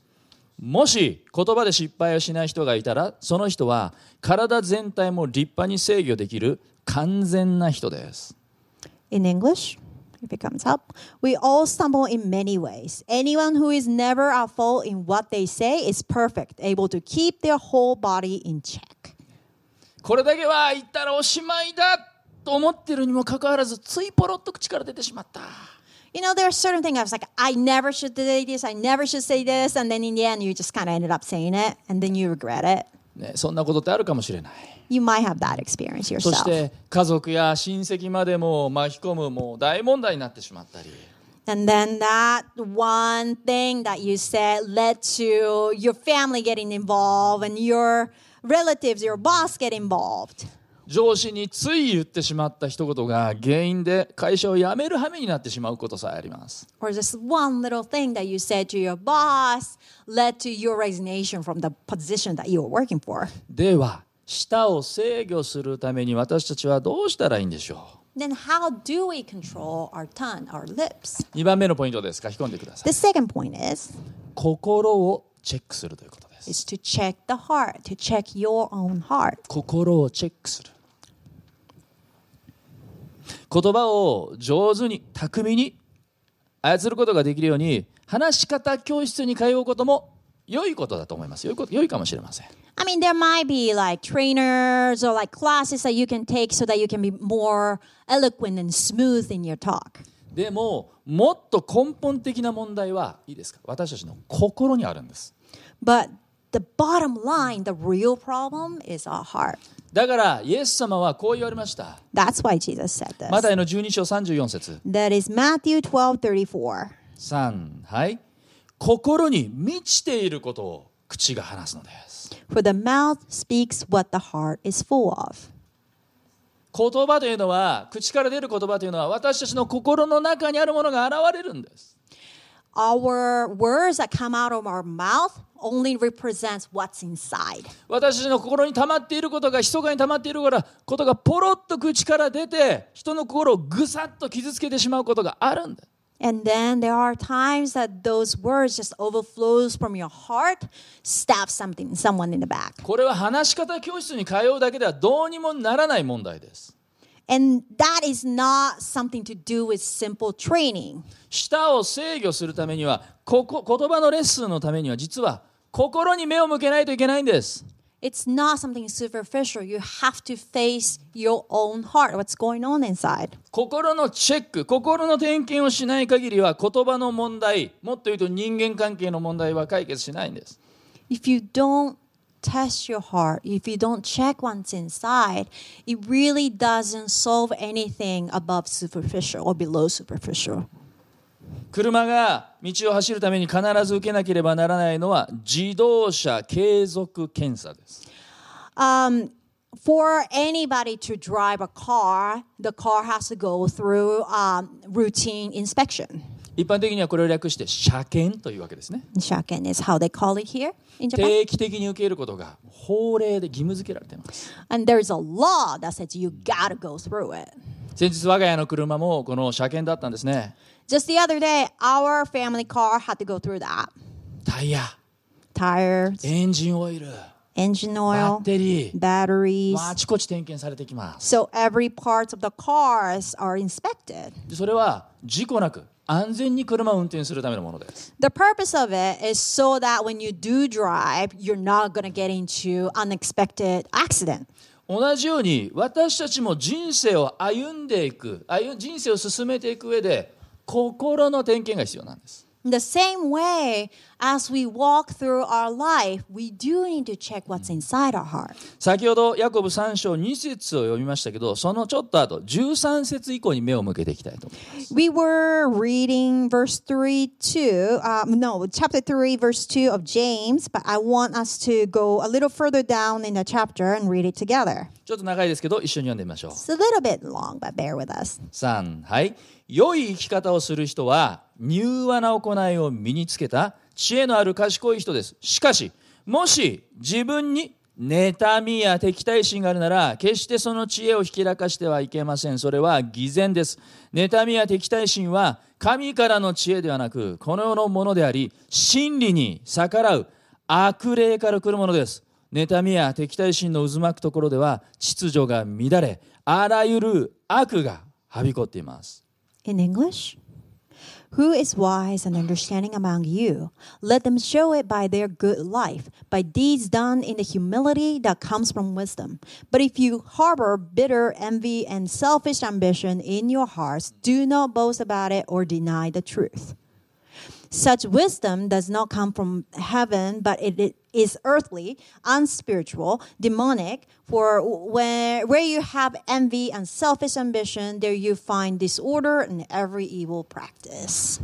[SPEAKER 2] もし言葉で失敗をしない人がいたらその人は体全体も立派に制御できる完全な人です
[SPEAKER 1] In English, if it comes up, we all stumble in many ways. Anyone who is never at fault in what they say is perfect, able to keep their whole body in check.
[SPEAKER 2] これだけは言ったらおしまいだと思ってるにもかかわらずついポロッと口から出てしまった
[SPEAKER 1] You know, there are certain things I was like, I never should say this, I never should say this. And then in the end, you just kind of ended up saying it, and then you regret it.
[SPEAKER 2] ね、そんなことってあるかもしれない
[SPEAKER 1] You might have that experience
[SPEAKER 2] そし
[SPEAKER 1] yourself.
[SPEAKER 2] て家族や親戚までも巻き込むもう大問題になってしまったり
[SPEAKER 1] And then that one thing that you said led to your family getting involved and your relatives, your boss get involved.
[SPEAKER 2] 上司につい言ってしまった一言が原因で会社を辞める羽目になってしまうことさえあります
[SPEAKER 1] Or just one little thing that you said to your boss led to your resignation from the position that you were working for.
[SPEAKER 2] では舌を制御するために私たちはどうしたらいいんでしょ
[SPEAKER 1] Then how do we control our tongue, our lips?
[SPEAKER 2] う2番目のポイントです書き込んでください
[SPEAKER 1] The second point is
[SPEAKER 2] 心をチェックするということです
[SPEAKER 1] is to check the heart, to check your own heart.
[SPEAKER 2] 心をチェックする言葉を上手に巧みに操ることができるように話し方教室に通うことも良いことだと思います良いこと良いかもしれません
[SPEAKER 1] I mean, there might be like trainers or like classes that you can take so that you can be more eloquent and smooth in your talk.
[SPEAKER 2] でももっと根本的な問題はいいですか私たちの心にあるんです
[SPEAKER 1] But the bottom line, the real problem is our heart.
[SPEAKER 2] だからイエス様はこう言われました
[SPEAKER 1] That's why Jesus said this.
[SPEAKER 2] マタイの12章34節
[SPEAKER 1] That is Matthew 12 34.
[SPEAKER 2] 3はい心に満ちていることを口が話すのです
[SPEAKER 1] For the mouth speaks what the heart is full of.
[SPEAKER 2] 言葉というのは口から出る言葉というのは私たちの心の中にあるものが現れるんです
[SPEAKER 1] our words that come out of our mouth only represents what's inside.
[SPEAKER 2] 私の心に溜まっていることが密かに溜まっているからことがポロッと口から出て人の心をぐさっと傷つけてしまうことがあるんだ
[SPEAKER 1] And then there are times that those words just overflows from your heart, stab something someone in the back.
[SPEAKER 2] これは話し方教室に通うだけではどうにもならない問題です
[SPEAKER 1] And that is not something to do with simple training.
[SPEAKER 2] 舌を制御するためにはここ言葉のレッスンのためには実は心に目を向けないといけないんです
[SPEAKER 1] It's not something superficial. You have to face your own heart, what's going on inside.
[SPEAKER 2] 心のチェック心の点検をしない限りは言葉の問題もっと言うと人間関係の問題は解決しないんです
[SPEAKER 1] If you don't test your heart, if you don't check what's inside, it really doesn't solve anything above superficial or below superficial.
[SPEAKER 2] 車が道を走るために必ず受けなければならないのは自動車継続検査です。
[SPEAKER 1] um, for anybody to drive a car, the car has to go through um, routine inspection.
[SPEAKER 2] 一般的にはこれを略して車検というわけですね。
[SPEAKER 1] Shaken is how they call it here in Japan.
[SPEAKER 2] 定期的に受けることが法令で義務付けられています。
[SPEAKER 1] And there's a law that says you gotta go through it.
[SPEAKER 2] 先日我が家の車もこの車検だったんですね。
[SPEAKER 1] Just the other day, our family car had to go through that.
[SPEAKER 2] タイヤ、
[SPEAKER 1] Tires,
[SPEAKER 2] エンジンオイル、
[SPEAKER 1] engine oil,
[SPEAKER 2] バッテリー、
[SPEAKER 1] batteries.
[SPEAKER 2] あちこち点検されてきます。
[SPEAKER 1] So every part of the cars are inspected.
[SPEAKER 2] でそれは事故なく安全に車を運転するためのものです。
[SPEAKER 1] The purpose of it is so that when you do drive, you're not gonna get into unexpected accident.
[SPEAKER 2] 同じように私たちも人生を歩んでいく歩人生を進めていく上で心の点検が必要なんです。
[SPEAKER 1] The same way as we walk through our life, we do need to check what's inside our heart.
[SPEAKER 2] 先ほどヤコブ3章2節を読みましたけどそのちょっと後13節以降に目を向けていきたいと思います。
[SPEAKER 1] We were reading verse 3 2, um, no, chapter 3, verse 2 of James, but I want us to go a little further down in the chapter and read it together.
[SPEAKER 2] ちょっと長いですけど一緒に読んでみましょう。
[SPEAKER 1] It's a little bit long, but bear with us.
[SPEAKER 2] 3はい良い生き方をする人は柔和な行いを身につけた知恵のある賢い人ですしかしもし自分に妬みや敵対心があるなら決してその知恵をひきらかしてはいけませんそれは偽善です妬みや敵対心は神からの知恵ではなくこの世のものであり真理に逆らう悪霊から来るものです妬みや敵対心の渦巻くところでは秩序が乱れあらゆる悪がはびこっています。
[SPEAKER 1] In English? Who is wise and understanding among you? Let them show it by their good life, by deeds done in the humility that comes from wisdom. But if you harbor bitter envy and selfish ambition in your hearts, do not boast about it or deny the truth. Such wisdom does not come from heaven, but it i- is earthly, unspiritual, demonic. For where, where you have envy and selfish ambition, there you find disorder and every evil practice.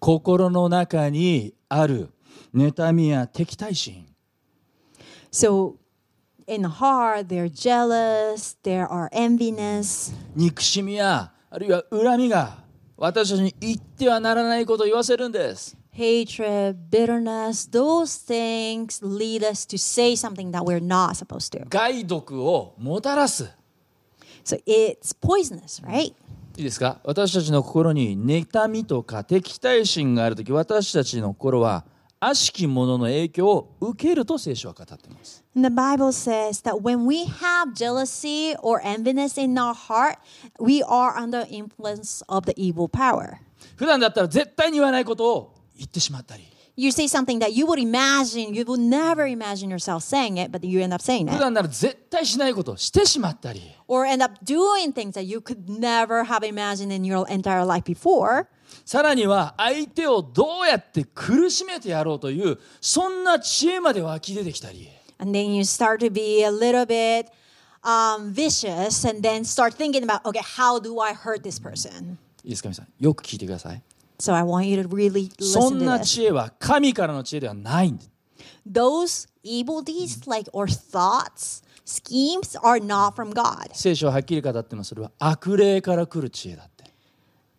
[SPEAKER 2] 心の中にある妬みや敵対心
[SPEAKER 1] So, in the heart, they're jealous, there are enviness,
[SPEAKER 2] 憎しみやあるいは恨みが私たちに言ってはならないことを言わせるんです。
[SPEAKER 1] hatred, bitterness. Those things lead us to say something that we're not supposed to.
[SPEAKER 2] 害毒をもたらす
[SPEAKER 1] So, it's poisonous, right?
[SPEAKER 2] いいですか私たちの心に妬みとか敵対心があるとき私たちの心は悪しき者の影響を受けると聖書は語っています。
[SPEAKER 1] And the Bible says that when we have jealousy or enviness in our heart, we are under influence of the evil power.
[SPEAKER 2] 普段だったら絶対に言わないことを言ってしまったり
[SPEAKER 1] You say something that you would imagine, you would never imagine yourself saying it, but you end up saying
[SPEAKER 2] 普
[SPEAKER 1] it.
[SPEAKER 2] 段なら絶対しないことをしてしまったり
[SPEAKER 1] Or end up doing things that you could never have imagined in your entire life before.
[SPEAKER 2] さらには相手をどうやって苦しめてやろうというそんな知恵まで湧き出てきたり
[SPEAKER 1] And then you start to be a little bit um, vicious and then start thinking about, okay, how do I hurt this person?
[SPEAKER 2] いいですか皆さんよく聞いてください
[SPEAKER 1] So I want you to really
[SPEAKER 2] そ
[SPEAKER 1] listen
[SPEAKER 2] ん
[SPEAKER 1] to
[SPEAKER 2] な
[SPEAKER 1] this.
[SPEAKER 2] 知恵は神からの知恵ではないんです
[SPEAKER 1] those evil deeds like or thoughts schemes are not from god
[SPEAKER 2] 聖書ははっきり語ってますそれは悪霊から来る知恵だって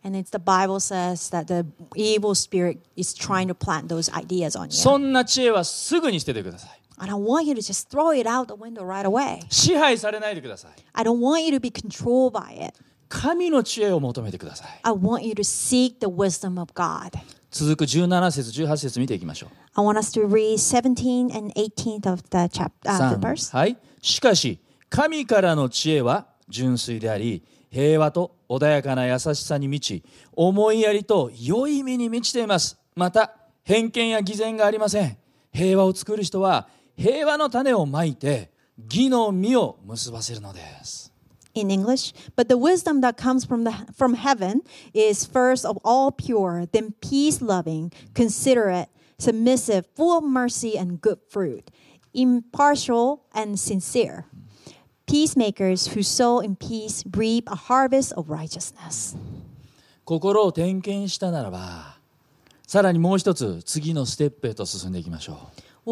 [SPEAKER 1] And it's the Bible says that the evil spirit is trying to plant those ideas on you.
[SPEAKER 2] そんな知恵はすぐに捨ててください
[SPEAKER 1] I don't want you to just throw it out the window right away.
[SPEAKER 2] 支配されないでください
[SPEAKER 1] I don't want you to be controlled by it.
[SPEAKER 2] 神の知恵を求めてください
[SPEAKER 1] I want you to seek the wisdom of God.
[SPEAKER 2] 続く17節18節見ていきましょう
[SPEAKER 1] I want us to read 17 and 18th of the chapter, uh, the
[SPEAKER 2] 三
[SPEAKER 1] verse.
[SPEAKER 2] はい。しかし、神からの知恵は純粋であり、平和と穏やかな優しさに満ち、思いやりと良い意味に満ちています。また、偏見や偽善がありません。平和を作る人は、平和の種をまいて、義の実を結ばせるのです。
[SPEAKER 1] in English, but the wisdom that comes from the from heaven is first of all pure, then peace loving, considerate, submissive, full of mercy and good fruit, impartial and sincere. Peacemakers who sow in peace reap a harvest of righteousness.
[SPEAKER 2] 心を点検したならば、さらにもう一つ、次のステップへと進んでいきましょう。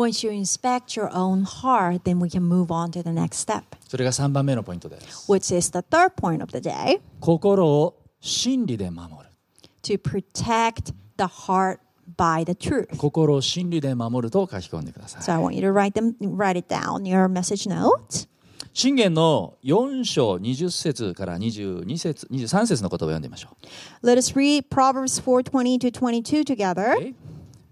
[SPEAKER 1] Once you inspect your own heart, then we can move on to the next step,
[SPEAKER 2] それが3番目のポイントです。
[SPEAKER 1] which is the third point of the day
[SPEAKER 2] 心を真理で守る。
[SPEAKER 1] to protect the heart by the truth.
[SPEAKER 2] 心を真理で守ると書き込んでください。
[SPEAKER 1] So I want you to write them, write it down your message note.
[SPEAKER 2] 信玄の4章20節から22節23節の言葉を読んでみましょ
[SPEAKER 1] Let us read Proverbs 4:20 to 22 together.
[SPEAKER 2] う。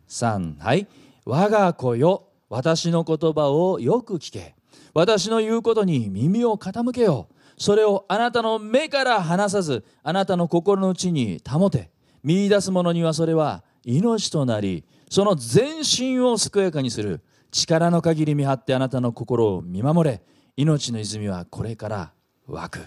[SPEAKER 2] 3はい。我が子よ、私の言葉をよく聞け。私の言うことに耳を傾けよう。それをあなたの目から離さず、あなたの心の内に保て。見出す者にはそれは命となり、その全身を健やかにする。力の限り見張ってあなたの心を見守れ。命の泉はこれから湧く。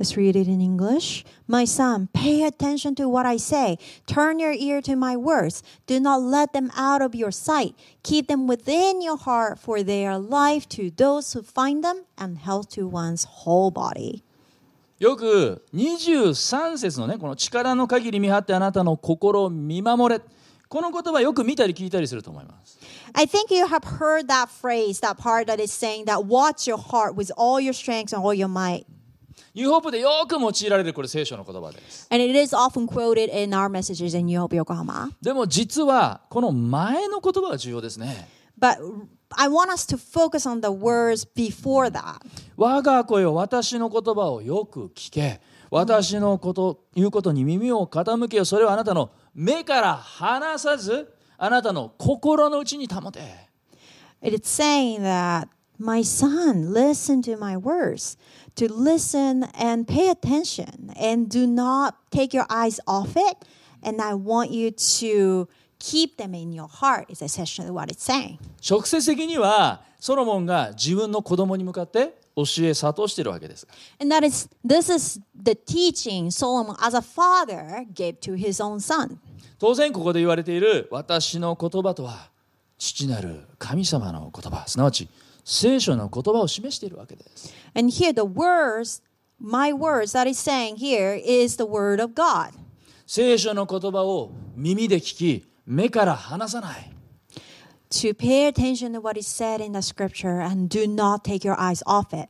[SPEAKER 1] Let's read it in English. My son, pay attention to what I say. Turn your ear to my words. Do not let them out of your sight. Keep them within your heart, for they are life to those who find them and health to one's whole body.
[SPEAKER 2] よく23節のねこの力の限り見張ってあなたの心を見守れこの言葉よく見たり聞いたりすると思います
[SPEAKER 1] I think you have heard that phrase, that part that is saying that watch your heart with all your strength and all your might.
[SPEAKER 2] u ホープでよく用いられるこれ聖書の言葉です
[SPEAKER 1] And it is often quoted in our messages in Yohope Yokohama.
[SPEAKER 2] でも実はこの前の言葉が重要ですね
[SPEAKER 1] But I want us to focus on the words before that.
[SPEAKER 2] 我が子よ私の言葉をよく聞け私のこと言うことに耳を傾けよそれをあなたの目から離さずあなたの心の内に保て
[SPEAKER 1] It is saying that, my son, listen to my words, to listen and pay attention, and do not take your eyes off it. And I want you to keep them in your heart, is essentially what it's saying.
[SPEAKER 2] 直接的にはソロモンが自分の子供に向かって教え諭しているわけです
[SPEAKER 1] And that is, this is the teaching Solomon as a father gave to his own son.
[SPEAKER 2] 当然ここで言われている私の言葉とは父なる神様の言葉すなわち聖書の言葉を示しているわけです
[SPEAKER 1] And here, the words, my words that is saying here is the word of God.
[SPEAKER 2] 聖書の言葉を耳で聞き目から離さない
[SPEAKER 1] To pay attention to what is said in the scripture and do not take your eyes off it.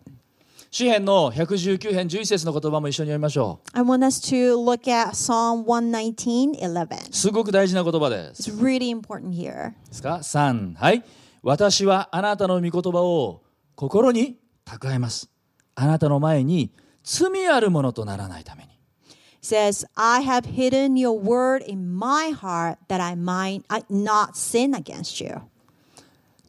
[SPEAKER 2] 詩篇の119編11節の言葉も一緒に読みましょ
[SPEAKER 1] I want us to look at Psalm 119 11.
[SPEAKER 2] うすごく大事な言葉です
[SPEAKER 1] It's really important here.
[SPEAKER 2] ですか ?3 はい私はあなたの御言葉を心に蓄えますあなたの前に罪あるものとならないために
[SPEAKER 1] It says, I have hidden your word in my heart that I might uh, not sin against you.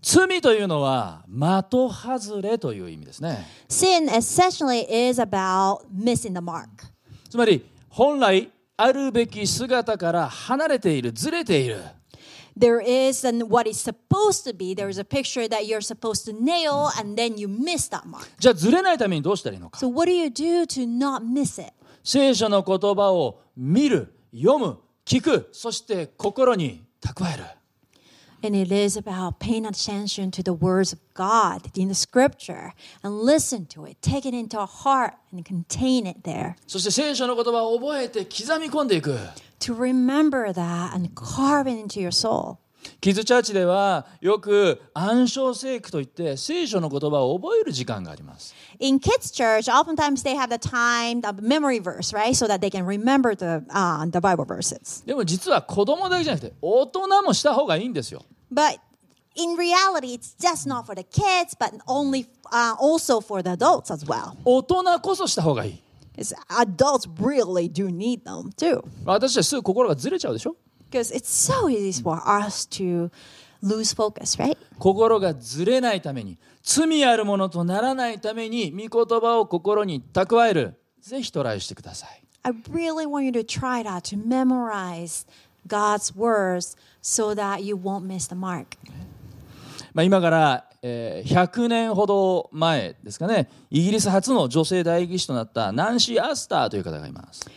[SPEAKER 2] 罪というのは的外れという意味ですね
[SPEAKER 1] Sin essentially is about missing the mark.
[SPEAKER 2] つまり本来あるべき姿から離れているずれている
[SPEAKER 1] There is an, what is supposed to be, there is a picture that you're supposed to nail and then you miss that mark.
[SPEAKER 2] じゃあずれないためにどうしたらいいのか
[SPEAKER 1] So, what do you do to not miss it?
[SPEAKER 2] 聖書の言葉を見る読む聞くそして心に蓄える
[SPEAKER 1] And it is about paying attention to the words of God in the scripture and listen to it, take it into our heart and contain it there.
[SPEAKER 2] そして聖書の言葉を覚えて刻み込んでいく
[SPEAKER 1] To remember that and carve it into your soul.
[SPEAKER 2] キッズチャーチではよく暗唱聖句といって聖書の言葉を覚える時間があります。
[SPEAKER 1] In kids' church, oftentimes they have the time of memory verse, right? So that they can remember the, uh, the Bible verses.
[SPEAKER 2] でも実は子供だけじゃなくて大人もした方がいいんですよ。
[SPEAKER 1] But in reality, it's just not for the kids, but only uh, also for the adults as well.
[SPEAKER 2] 大人こそした方がいい。
[SPEAKER 1] Because adults really do need them too.
[SPEAKER 2] 私たちすぐ心がずれちゃうでしょ
[SPEAKER 1] Because it's so easy for us to lose focus, right?
[SPEAKER 2] 心がずれないために罪あるものとならないために御言葉を心に蓄えるぜひトライしてください
[SPEAKER 1] I really want you to try that, to memorize God's words so that you won't miss the mark.
[SPEAKER 2] まあ、今から、えー100年ほど前ですかねイギリス初の女性代議士となったナンシー・アスターという方がいます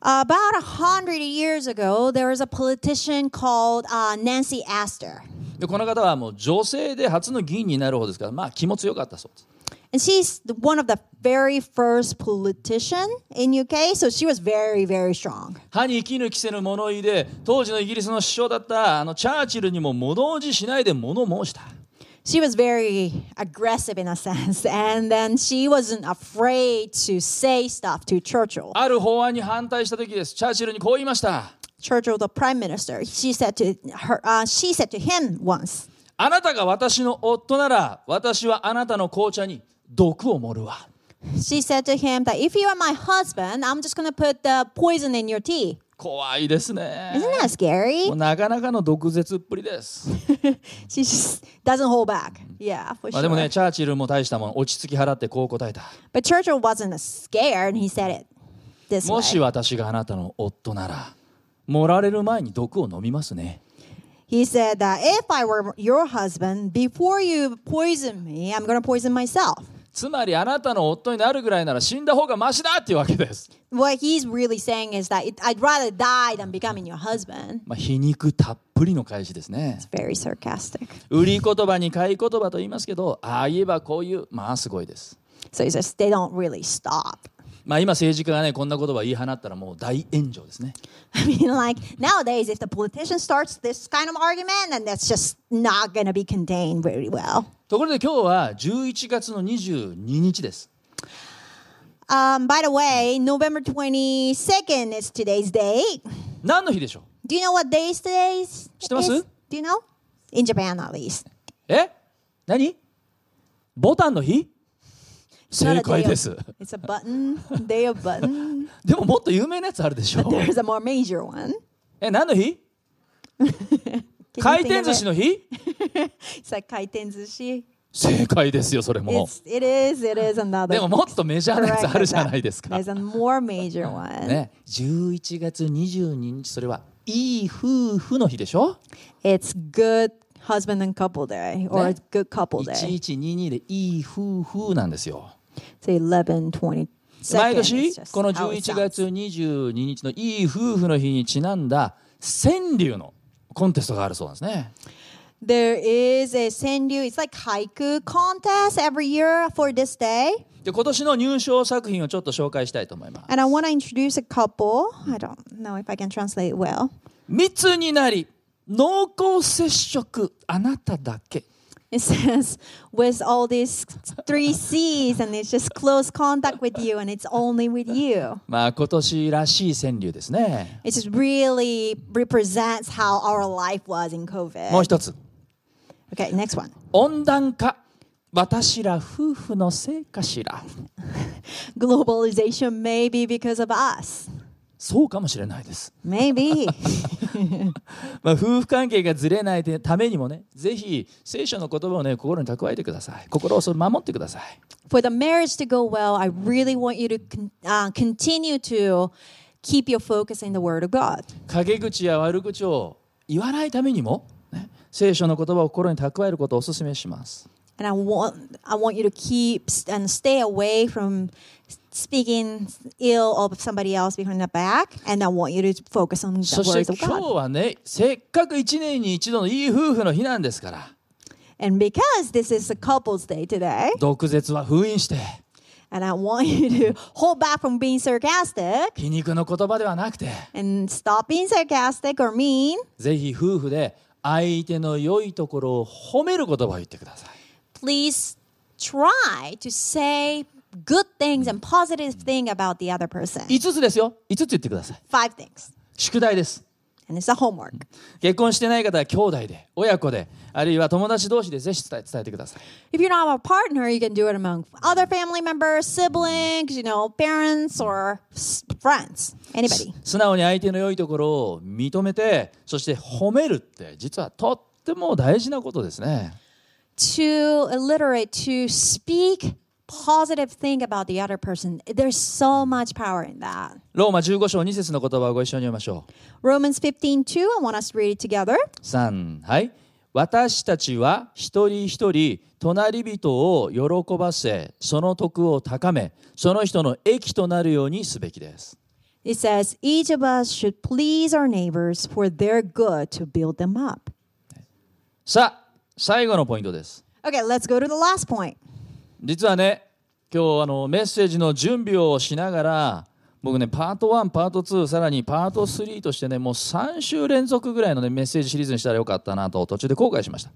[SPEAKER 1] About a hundred years ago, there was a politician called uh, Nancy Astor.
[SPEAKER 2] でこの方はもう女性で初の議員になる方ですからまあ気も強かったそうです
[SPEAKER 1] And she's the- one of the very first politician in UK, so she was very, very strong.
[SPEAKER 2] 歯に衣着せぬ物言いで当時のイギリスの首相だったあのチャーチルにも物おじしないで物申した
[SPEAKER 1] She was very aggressive in a [laughs] sense, and then she wasn't afraid to say stuff to Churchill.
[SPEAKER 2] ある法案に反対した時ですチャーチルにこう言いました
[SPEAKER 1] Churchill, the prime minister, she said to her, uh, she said to him once,
[SPEAKER 2] あなたが私の夫なら私はあなたの紅茶に毒を盛るわ
[SPEAKER 1] she said to him that if you are my husband, I'm just gonna put the poison in your tea.
[SPEAKER 2] 怖いですね
[SPEAKER 1] Isn't that scary?
[SPEAKER 2] もうなかなかの毒舌っぷりです、
[SPEAKER 1] She just doesn't hold back. Yeah, for
[SPEAKER 2] まあ、
[SPEAKER 1] sure.
[SPEAKER 2] でも
[SPEAKER 1] [laughs]
[SPEAKER 2] ねチャーチルも大したもん落ち着き払ってこう答えた
[SPEAKER 1] but Churchill wasn't scared, and he said it this
[SPEAKER 2] もし
[SPEAKER 1] way.
[SPEAKER 2] 私があなたの夫なら盛られる前に毒を飲みますね
[SPEAKER 1] He said that if I were your husband, before you poison me, I'm going to poison myself.
[SPEAKER 2] つまりあなたの夫になるぐらいなら死んだ方がマシだっていうわけです、
[SPEAKER 1] What he's really saying is that it, I'd rather die than becoming your husband.
[SPEAKER 2] まあ、皮肉たっぷりの返しですね
[SPEAKER 1] Very sarcastic.
[SPEAKER 2] 売り言葉に買い言葉と言いますけどああ言えばこういうまあすごいです
[SPEAKER 1] So he says they don't really stop. [laughs]
[SPEAKER 2] まあ今政治家がねこんな言葉言い放ったらもう大炎上ですね
[SPEAKER 1] I mean, like nowadays, if the politician starts this kind of argument, then that's just not going to be contained very well.
[SPEAKER 2] ところで今日は11月の22日です。
[SPEAKER 1] Um, by the way, November 22nd is today's date.
[SPEAKER 2] 何の日でしょう
[SPEAKER 1] Do you know what day is today? is-
[SPEAKER 2] 知ってます？
[SPEAKER 1] is? Do you know? In Japan, at least.
[SPEAKER 2] え何ボタンの日
[SPEAKER 1] It's not
[SPEAKER 2] 正
[SPEAKER 1] a day
[SPEAKER 2] 解
[SPEAKER 1] of-
[SPEAKER 2] です。
[SPEAKER 1] It's a button, day of button.
[SPEAKER 2] でももっと有名なやつあるでしょ
[SPEAKER 1] There's a more major one.
[SPEAKER 2] え、何の日
[SPEAKER 1] Can you
[SPEAKER 2] 回
[SPEAKER 1] think
[SPEAKER 2] 転
[SPEAKER 1] of
[SPEAKER 2] 寿
[SPEAKER 1] it?
[SPEAKER 2] 司の日
[SPEAKER 1] It's like kaiten sushi.
[SPEAKER 2] 正解ですよ、それも。
[SPEAKER 1] It's, it is, it is another.
[SPEAKER 2] でも [laughs] もっとメジャーなや
[SPEAKER 1] correct
[SPEAKER 2] つあるじゃ
[SPEAKER 1] that.
[SPEAKER 2] ないですか。
[SPEAKER 1] There's a more major one.
[SPEAKER 2] ね、11月22日、それはいい夫婦の日でしょ
[SPEAKER 1] It's good husband and couple day or
[SPEAKER 2] Ne?
[SPEAKER 1] it's good couple day.
[SPEAKER 2] ?1122 でいい夫婦なんですよ。
[SPEAKER 1] It's 11, 20.
[SPEAKER 2] 毎
[SPEAKER 1] Second,
[SPEAKER 2] 年
[SPEAKER 1] it's just
[SPEAKER 2] この
[SPEAKER 1] how it sounds.
[SPEAKER 2] 11月22日のいい夫婦の日にちなんだ川柳のコンテストがあるそうなんですね
[SPEAKER 1] There is a sendu. It's like haiku contest every year for this day,
[SPEAKER 2] で今年の入賞作品をちょっと紹介したいと思います
[SPEAKER 1] and I want to introduce a couple. I don't know if I can translate well.
[SPEAKER 2] 密になり濃厚接触あなただけ
[SPEAKER 1] It says with all these three C's, and it's just close contact with you, and it's only with you.
[SPEAKER 2] まあ今年らしい川柳ですね
[SPEAKER 1] It just really represents how our life was in
[SPEAKER 2] もう
[SPEAKER 1] COVID.
[SPEAKER 2] 一つ
[SPEAKER 1] Okay, next one.
[SPEAKER 2] 温暖化私ら夫婦のせいかしら
[SPEAKER 1] Globalization maybe because of us.
[SPEAKER 2] そうかもしれないです
[SPEAKER 1] Maybe. [laughs]
[SPEAKER 2] まあ、夫婦関係がずれないためにもね、ぜひ聖書の言葉をね、心に蓄えてください。心をそれ守ってください。
[SPEAKER 1] for the marriage to go well, I really want you to con- uh, continue to keep your focus in the Word of God.
[SPEAKER 2] 陰口や悪口を言わないためにも、ね、聖書の言葉を心に蓄えることをお勧めします。
[SPEAKER 1] And I want I want you to keep s- and stay away from s- speaking ill of somebody else behind the back. And I want you to focus on
[SPEAKER 2] そ
[SPEAKER 1] the
[SPEAKER 2] し
[SPEAKER 1] Word
[SPEAKER 2] て
[SPEAKER 1] of God.
[SPEAKER 2] 今日はね、せっかく1年に一度のいい夫婦の日なんですから、
[SPEAKER 1] And because this is a couple's day today,
[SPEAKER 2] 毒舌は封印して、
[SPEAKER 1] and I want [laughs] you to hold back from being sarcastic
[SPEAKER 2] 皮肉の言葉ではなくて、
[SPEAKER 1] and stop being sarcastic or mean.
[SPEAKER 2] ぜひ夫婦で相手の良いところを褒める言葉を言ってください。
[SPEAKER 1] Please try to say good things and positive things about the other person.
[SPEAKER 2] 5つですよ。5つ言ってください。
[SPEAKER 1] Five things.
[SPEAKER 2] 宿題です。
[SPEAKER 1] And it's a homework.
[SPEAKER 2] 結婚してない方は兄弟で、親子で、あるいは友達同士でぜひ伝え伝えてください。
[SPEAKER 1] If you don't have a partner, you can do it among other family members, siblings, you know, parents or s- friends, anybody.
[SPEAKER 2] 素直に相手の良いところを認めて、そして褒めるって、実はとっても大事なことですね。
[SPEAKER 1] to alliterate, to speak positive thing about the other person. There's so much power in that.
[SPEAKER 2] ローマ15章2節の言葉をご一緒に読みましょう。
[SPEAKER 1] Romans 15, 2, I want us to read it together.
[SPEAKER 2] 3はい私たちは一人一人隣人を喜ばせその徳を高めその人の益となるようにすべきです
[SPEAKER 1] It says, Each of us should please our neighbors for their good to build them up.
[SPEAKER 2] さあ最後のポイントです
[SPEAKER 1] Okay, let's go to the last point.
[SPEAKER 2] 実はね今日あのメッセージの準備をしながら僕ねパート1パート2さらにパート3としてねもう3週連続ぐらいのねメッセージシリーズにしたらよかったなと途中で後悔しました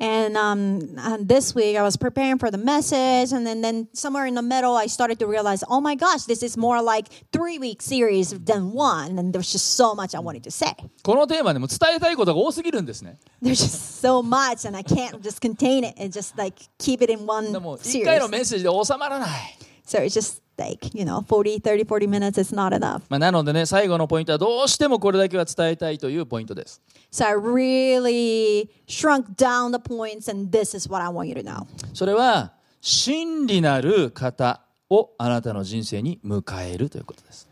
[SPEAKER 1] And um, and this week I was preparing for the message, and then, then somewhere in the middle I started to realize, oh my gosh, this is more like three week series than one. And there's just so much I wanted to say. [laughs]
[SPEAKER 2] このテーマでも伝えたいことが多すぎるんですね
[SPEAKER 1] There's just so much, and I can't just contain it and just like keep it in
[SPEAKER 2] でも
[SPEAKER 1] one
[SPEAKER 2] 1回
[SPEAKER 1] series.
[SPEAKER 2] のメッセージで収まらない
[SPEAKER 1] So it's just like, you know, 40, 30, 40 minutes is not enough.
[SPEAKER 2] まあ、なのでね、最後のポイントはどうしてもこれだけは伝えたいというポイントです。
[SPEAKER 1] So I really shrunk down the points, and this is what I want you to know.
[SPEAKER 2] それは、真理なる方をあなたの人生に迎えるということです。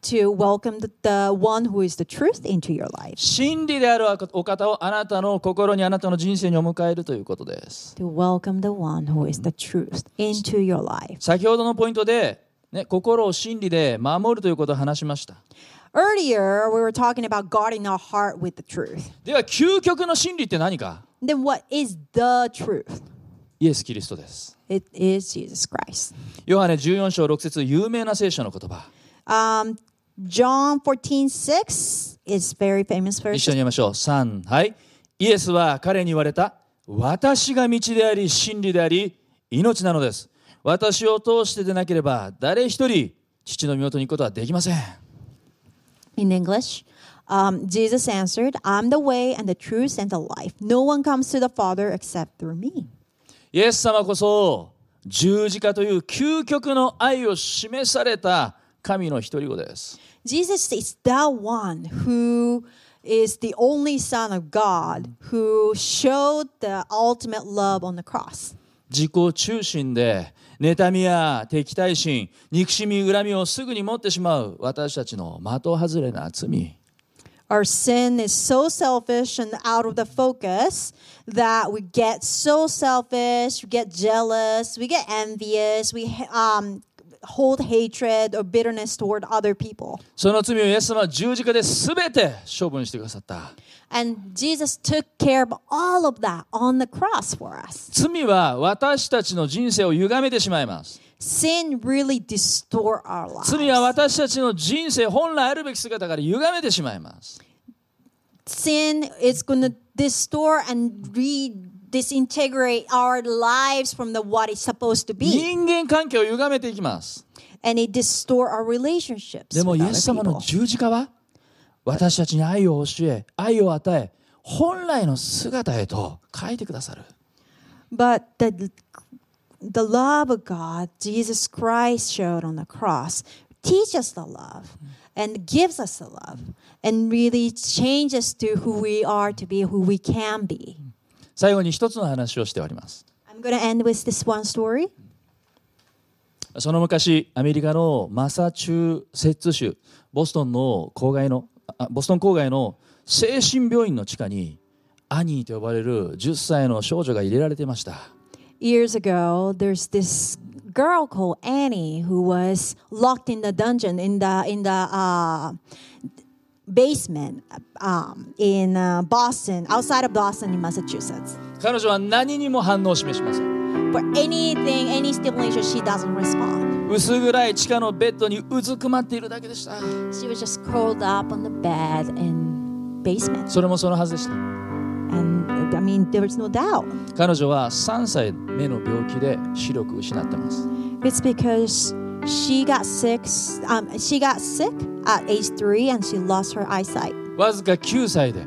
[SPEAKER 1] To welcome the, the one who is the truth into your life.
[SPEAKER 2] 真理であるお方をあなたの心にあなたの人生にお迎えるということです。
[SPEAKER 1] To welcome the one who is the truth into your life.
[SPEAKER 2] 先ほどのポイントで、ね、心を真理で守るということを話しました。
[SPEAKER 1] Earlier, we were talking about guarding our heart with the truth.
[SPEAKER 2] では、究極の真理って何か
[SPEAKER 1] Then, what is the truth?
[SPEAKER 2] イエス・キリストです。
[SPEAKER 1] It is Jesus Christ.
[SPEAKER 2] ヨハネ14章6節有名な聖書の言葉。
[SPEAKER 1] Um, John 14, 6 is very famous
[SPEAKER 2] 一
[SPEAKER 1] verse.
[SPEAKER 2] 緒に言いましょう。3、はい。イエスは彼に言われた。私が道であり、真理であり、命なのです。私を通してでなければ、誰一人、父の身元に行くことはできません。
[SPEAKER 1] In English, um, Jesus answered, I'm the way and the truth and the life. No one comes to the Father except through me.
[SPEAKER 2] イエス様こそ、十字架という究極の愛を示された神の一人子です。
[SPEAKER 1] Jesus is the one who is the only Son of God who showed the ultimate love on the cross.
[SPEAKER 2] 自己中心で、妬みや敵対心、憎しみ、恨みをすぐに持ってしまう私たちの的外れな罪。
[SPEAKER 1] Our sin is so selfish and out of the focus that we get so selfish, we get jealous, we get envious, we um, hold hatred or bitterness toward other people.
[SPEAKER 2] その罪をイエス様は十字架で全て処分してくださった。
[SPEAKER 1] And Jesus took care of all of that on the cross for us.
[SPEAKER 2] 罪は私たちの人生を歪めてしまいます。
[SPEAKER 1] Sin really distort our
[SPEAKER 2] 罪は
[SPEAKER 1] lives.
[SPEAKER 2] 私たちの人生本来あるべき姿から歪めてしまいます。
[SPEAKER 1] Sin is going to distort and re disintegrate our lives from the what it's supposed to be
[SPEAKER 2] 人間関係を歪めていきます。
[SPEAKER 1] and it distort our relationships
[SPEAKER 2] でも
[SPEAKER 1] with
[SPEAKER 2] イ
[SPEAKER 1] other
[SPEAKER 2] エス様の
[SPEAKER 1] people.
[SPEAKER 2] 十字架は私たちに愛を教え、愛を与え、本来の姿へと変えてくださる。
[SPEAKER 1] but the the love of God Jesus Christ showed on the cross teaches us the love and gives us the love and really changes to who we are to be who we can be.
[SPEAKER 2] 最後に一つの話をしております。
[SPEAKER 1] I'm going to end with this one story.
[SPEAKER 2] その昔、アメリカのマサチューセッツ州、ボストンの郊外の、あボストン郊外の精神病院の地下に、アニーと呼ばれる10歳の少女が入れられていました。
[SPEAKER 1] Years ago, there's this girl called Annie who was locked in the dungeon in the in the uh, basement um, in uh, Boston, outside of Boston in Massachusetts.
[SPEAKER 2] 彼女は何にも反応を示しません。
[SPEAKER 1] For anything, any stimulation, she doesn't respond.
[SPEAKER 2] 薄暗い地下のベッドにうずくまっているだけでした。
[SPEAKER 1] She was just curled up on the bed in basement.
[SPEAKER 2] それもそのはずでした。
[SPEAKER 1] I mean, there's no doubt.
[SPEAKER 2] 彼女は3歳目の病気で視力を失ってます。
[SPEAKER 1] It's because she got sick. Um, she got sick at age three, and she lost her eyesight.
[SPEAKER 2] わずか9歳で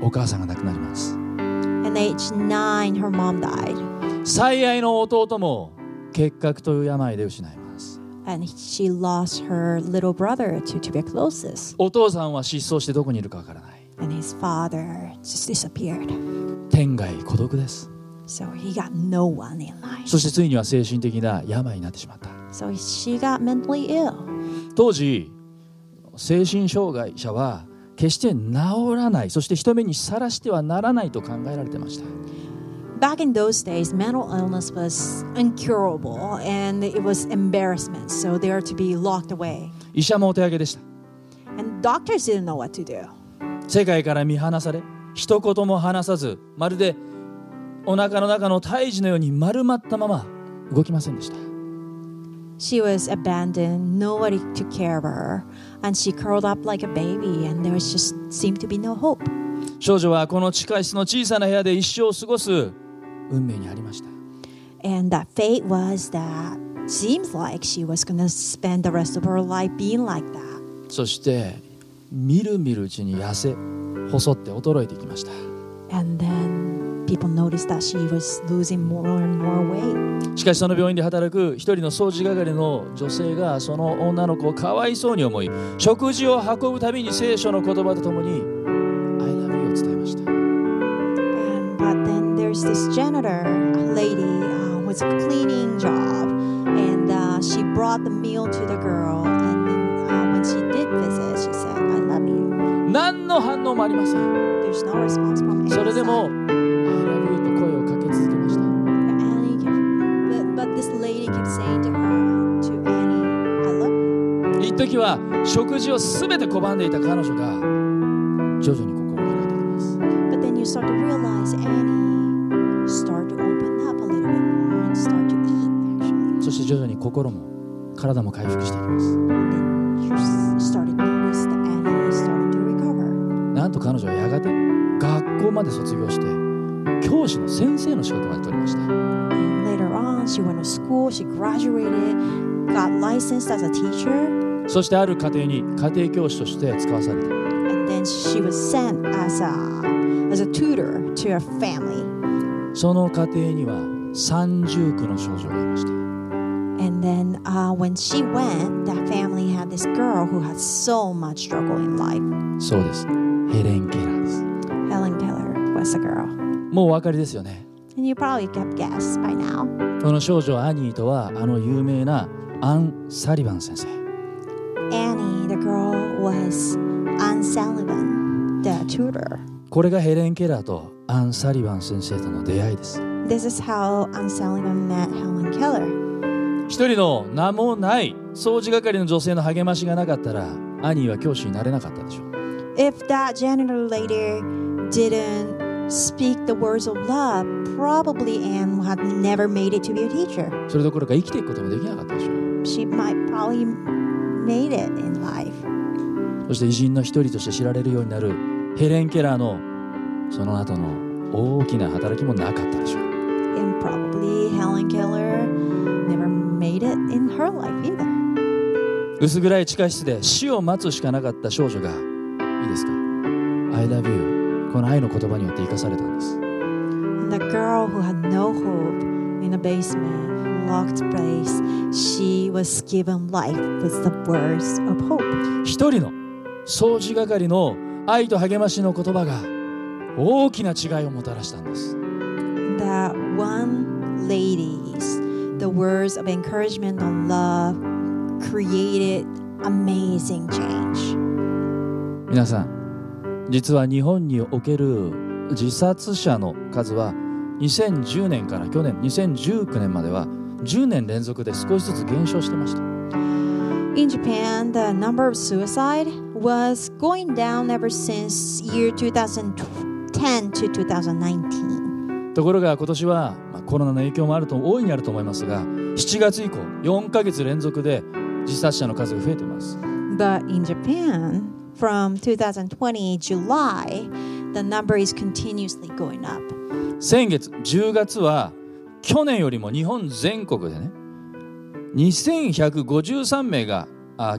[SPEAKER 2] お母さんが亡くなります。
[SPEAKER 1] And age nine, her mom died,
[SPEAKER 2] 最愛の弟も結核という病で失います。
[SPEAKER 1] and she lost her little brother to tuberculosis.
[SPEAKER 2] お父さんは失踪してどこにいるかわからない。
[SPEAKER 1] And his father just disappeared.
[SPEAKER 2] 天外孤独です。
[SPEAKER 1] So he got no one in life.
[SPEAKER 2] そしてついには精神的な病になってしまった。
[SPEAKER 1] So she got mentally ill.
[SPEAKER 2] 当時精神障害者は決して治らないそして人目にさらしてはならないと考えられてました
[SPEAKER 1] Back in those days, mental illness was incurable and it was embarrassment. So they are to be locked away.
[SPEAKER 2] 医者もお手上げでした
[SPEAKER 1] And doctors didn't know what to do.
[SPEAKER 2] 世界から見放され一言も話さずまるでお腹の中の胎児のように丸まったまま動きませんでした
[SPEAKER 1] She was abandoned, nobody took care of her, and she curled up like a baby, and there was just seemed to be no hope.
[SPEAKER 2] 少女はこの地下室の小さな部屋で一生を過ごす運命にありました
[SPEAKER 1] And that fate was that seems like she was gonna spend the rest of her life being like that.
[SPEAKER 2] そしてみるみるうちに痩せ細って衰えていきました
[SPEAKER 1] And then people noticed that she was losing more and more weight.
[SPEAKER 2] しかしその病院で働く一人の掃除係の女性がその女の子をかわいそうに思い食事を運ぶたびに聖書の言葉とともに「I love you」を伝えました
[SPEAKER 1] And but then there's this janitor lady uh, was a cleaning job, and uh, she brought the meal to the girl. And then uh, when she did visit, she said, "I love you."
[SPEAKER 2] 何の反応もありません
[SPEAKER 1] There's no response from
[SPEAKER 2] それ
[SPEAKER 1] Annie.
[SPEAKER 2] でも「I love you」と声をかけ続けました
[SPEAKER 1] Annie kept, but, but this lady kept saying to her, to Annie, "I love you."
[SPEAKER 2] 一時は食事を全て拒んでいた彼女が徐々に心を開いていきます
[SPEAKER 1] But then you start to realize Annie start to open up a little bit more and start to eat actually.
[SPEAKER 2] そして徐々に心も体も回復していきます
[SPEAKER 1] then you s- started to notice that Annie was starting to recover.
[SPEAKER 2] なんと彼女はやがて学校まで卒業して教師の先生の資格まで取りました
[SPEAKER 1] And later on, she went to school, she graduated, got licensed as a teacher,
[SPEAKER 2] そしてある家庭に家庭教師として使わされた
[SPEAKER 1] and then she was sent as a as a tutor to her family.
[SPEAKER 2] その家庭には三重苦の少女がいました
[SPEAKER 1] And then uh, when she went, that family had this girl who had so much struggle in life.
[SPEAKER 2] そうですヘレン・ケラーです
[SPEAKER 1] Helen Keller was the girl.
[SPEAKER 2] もうお分かりですよね
[SPEAKER 1] And you probably kept guess by now.
[SPEAKER 2] この少女アニーとはあの有名なアン・サリバン先生
[SPEAKER 1] Annie, the girl, was Anne Sullivan, the tutor.
[SPEAKER 2] これがヘレン・ケラーとアン・サリバン先生との出会いです
[SPEAKER 1] This is how Anne Sullivan met Helen Keller.
[SPEAKER 2] 一人の名もない掃除係の女性の励ましがなかったらアニーは教師になれなかったでしょう
[SPEAKER 1] If that janitor lady didn't speak the words of love, probably Anne had never made it to be a teacher.
[SPEAKER 2] それどころか生きていくこともできなかったでしょう
[SPEAKER 1] She might probably made it in life.
[SPEAKER 2] そして偉人の一人として知られるようになるヘレン・ケラーのその後の大きな働きもなかったでしょう
[SPEAKER 1] And probably Helen Keller never made it in her life either.
[SPEAKER 2] 薄暗い地下室で死を待つしかなかった少女がいいですか「I love you」この愛の言葉によって生かされたんです
[SPEAKER 1] And the girl who had no hope in a basement, locked place, she was given life with the words of hope.
[SPEAKER 2] 一人の掃除係の愛と励ましの言葉が大きな違いをもたらしたんです
[SPEAKER 1] that one lady's the words of encouragement and love created amazing change
[SPEAKER 2] 皆さん実は日本における自殺者の数は2010年から去年2019年までは10年連続で少しずつ減少してました
[SPEAKER 1] in japan the number of suicide was going down ever since year 2010 to 2019
[SPEAKER 2] ところが今年は、まあ、コロナの影響もあると大いにあると思いますが7月以降4ヶ月連続で自殺者の数が増えています
[SPEAKER 1] but in japan from 2020 july the number is continuously going up
[SPEAKER 2] 先月10月は去年よりも日本全国でね2153名があ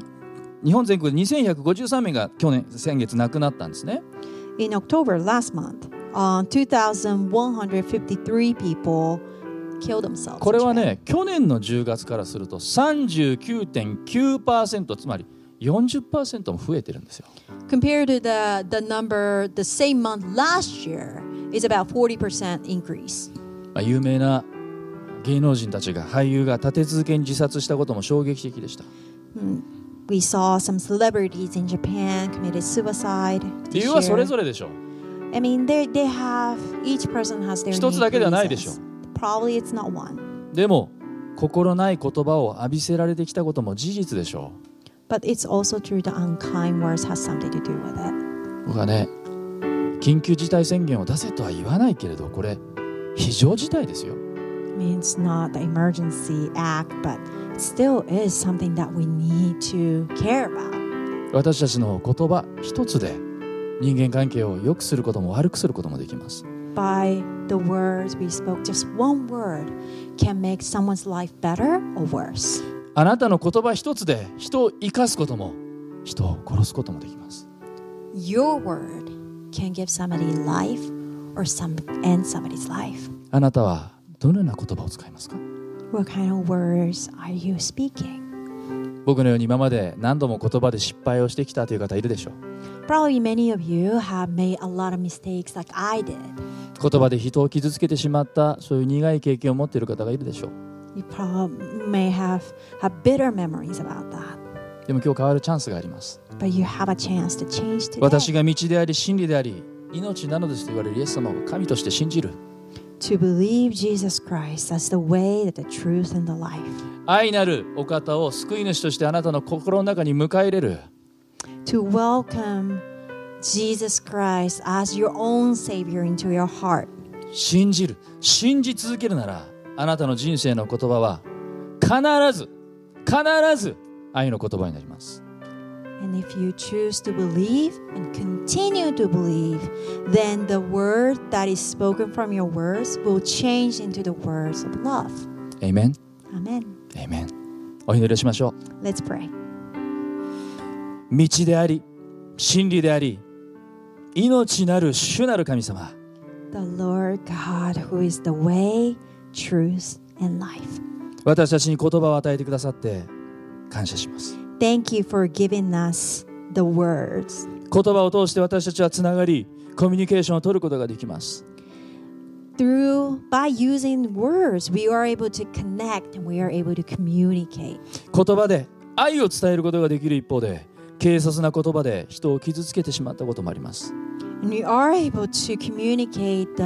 [SPEAKER 2] 日本全国で2153名が去年先月亡くなったんですね
[SPEAKER 1] In October last month, uh, 2,153 people killed themselves.
[SPEAKER 2] これは
[SPEAKER 1] in Japan.
[SPEAKER 2] ね去年の10月からすると39.9%つまり40%も増えてるんですよ
[SPEAKER 1] Compared to the, the number the same month last year, is about 40% increase.
[SPEAKER 2] まあ、有名な芸能人たちが俳優が立て続けに自殺したことも衝撃的でした
[SPEAKER 1] We saw some celebrities in Japan committed suicide.
[SPEAKER 2] 理由
[SPEAKER 1] this
[SPEAKER 2] はそ
[SPEAKER 1] year.
[SPEAKER 2] れぞれでしょう
[SPEAKER 1] I mean, they, they have, each person has their
[SPEAKER 2] 一つだけではないでしょう
[SPEAKER 1] reasons. Probably it's not one.
[SPEAKER 2] でも心ない言葉を浴びせられてきたことも事実でしょ
[SPEAKER 1] But it's also true that unkind words has something to do with it.
[SPEAKER 2] う僕はね緊急事態宣言を出せとは言わないけれどこれ非常事態ですよ
[SPEAKER 1] I mean, it's not the emergency act, but it still is something that we need to care about.
[SPEAKER 2] 私たちの言葉一つで人間関係を良くすることも悪くすることもできます
[SPEAKER 1] By the words we spoke, just one word can make someone's life better or worse.
[SPEAKER 2] あなたの言葉一つで人を生かすことも人を殺すこともできます
[SPEAKER 1] Your word can give somebody life or some end somebody's life.
[SPEAKER 2] あなたはどのような言葉を使いますか
[SPEAKER 1] What kind of words are you speaking?
[SPEAKER 2] 僕のように今まで何度も言葉で失敗をしてきたという方いるでしょう
[SPEAKER 1] Probably many of you have made a lot of mistakes like I did.
[SPEAKER 2] 言葉で人を傷つけてしまったそういう苦い経験を持っている方がいるでしょう
[SPEAKER 1] You probably may have, have bitter memories about that.
[SPEAKER 2] でも今日変わるチャンスがあります
[SPEAKER 1] But you have a chance to change today
[SPEAKER 2] 私が道であり真理であり命なのですと言われるイエス様を神として信じる
[SPEAKER 1] to believe Jesus Christ as the way, the truth, and the life.
[SPEAKER 2] 愛なるお方を救い主としてあなたの心の中に迎え入れる
[SPEAKER 1] To welcome Jesus Christ as your own Savior into your heart.
[SPEAKER 2] 信じる信じ続けるならあなたの人生の言葉は必ず必ず愛の言葉になります
[SPEAKER 1] And if you choose to believe and continue to believe, then the word that is spoken from your words will change into the words of love.
[SPEAKER 2] エイメン
[SPEAKER 1] Amen.
[SPEAKER 2] エイメンお祈りをしましょう
[SPEAKER 1] Let's pray.
[SPEAKER 2] 道であり真理であり命なる主なる神様
[SPEAKER 1] The Lord God, who is the way, truth, and life.
[SPEAKER 2] 私たちに言葉を与えてくださって感謝します
[SPEAKER 1] Thank you for giving us the words.
[SPEAKER 2] 言葉を通して私たちはつながりコミュニケーションを取ることができます
[SPEAKER 1] Through by using words, we are able to connect and we are able to communicate.
[SPEAKER 2] 言葉で愛を伝えることができる一方で軽率な言葉で人を傷つけてしまったこともあります
[SPEAKER 1] And we are able to communicate the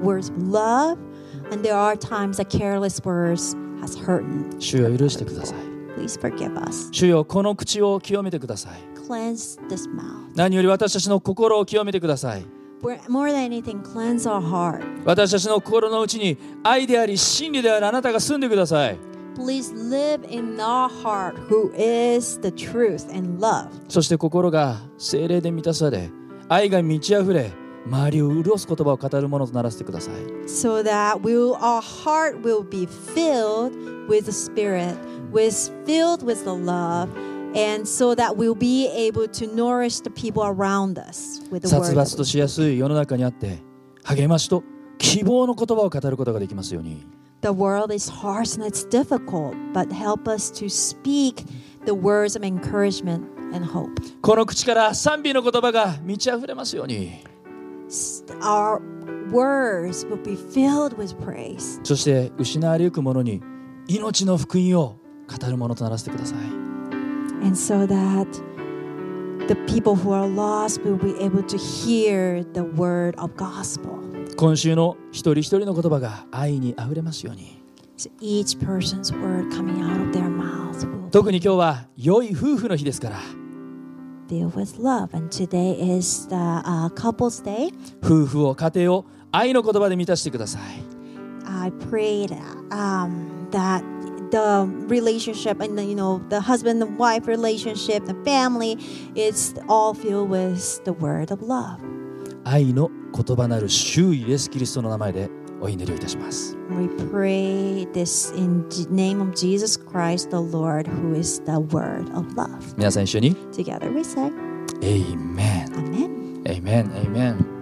[SPEAKER 1] words of love, and there are times that careless words has hurt.
[SPEAKER 2] 主よ許してください
[SPEAKER 1] Please forgive us.
[SPEAKER 2] 主よこの口を清めてください
[SPEAKER 1] Cleanse this mouth.
[SPEAKER 2] 何より私たちの心を清めてください
[SPEAKER 1] More more than anything, cleanse our heart.
[SPEAKER 2] 私たちの心の内に愛であり真理であるあなたが住んでください
[SPEAKER 1] Please live in our heart, who is the truth and love.
[SPEAKER 2] そして心が精霊で満たされ愛が満ち溢れ周りを潤す言葉を語るものとならせてください
[SPEAKER 1] so that will our heart will be filled with the spirit with filled with the love and so that we'll be able to nourish the people around us with the
[SPEAKER 2] 殺
[SPEAKER 1] word
[SPEAKER 2] 伐としやすい世の中にあって励ましと希望の言葉を語ることができますように
[SPEAKER 1] the world is harsh and it's difficult but help us to speak the words of encouragement and hope
[SPEAKER 2] この口から賛美の言葉が満ち溢れますように
[SPEAKER 1] our words will be filled with praise
[SPEAKER 2] そして失われゆく者に命の福音を語るものとならせてください
[SPEAKER 1] and so that the people who are lost will be able to hear the word of gospel
[SPEAKER 2] 今週の一人一人の言葉が愛にあふれますように
[SPEAKER 1] So each person's word coming out of their mouth will
[SPEAKER 2] 特に今日は良い夫婦の日ですから
[SPEAKER 1] deal with love. And today is the uh, Couples Day.
[SPEAKER 2] 夫婦を家庭を愛の言葉で満たしてください
[SPEAKER 1] I prayed um, that the relationship and the, you know the husband and wife relationship, the family, it's all filled with the word of love.
[SPEAKER 2] 愛の言葉なる周囲イエスキリストの名前でお祈りをいたします
[SPEAKER 1] We pray this in the name of Jesus Christ, the Lord, who is the word of love.
[SPEAKER 2] 皆さん一緒に
[SPEAKER 1] Together we say,
[SPEAKER 2] Amen
[SPEAKER 1] Amen.
[SPEAKER 2] Amen Amen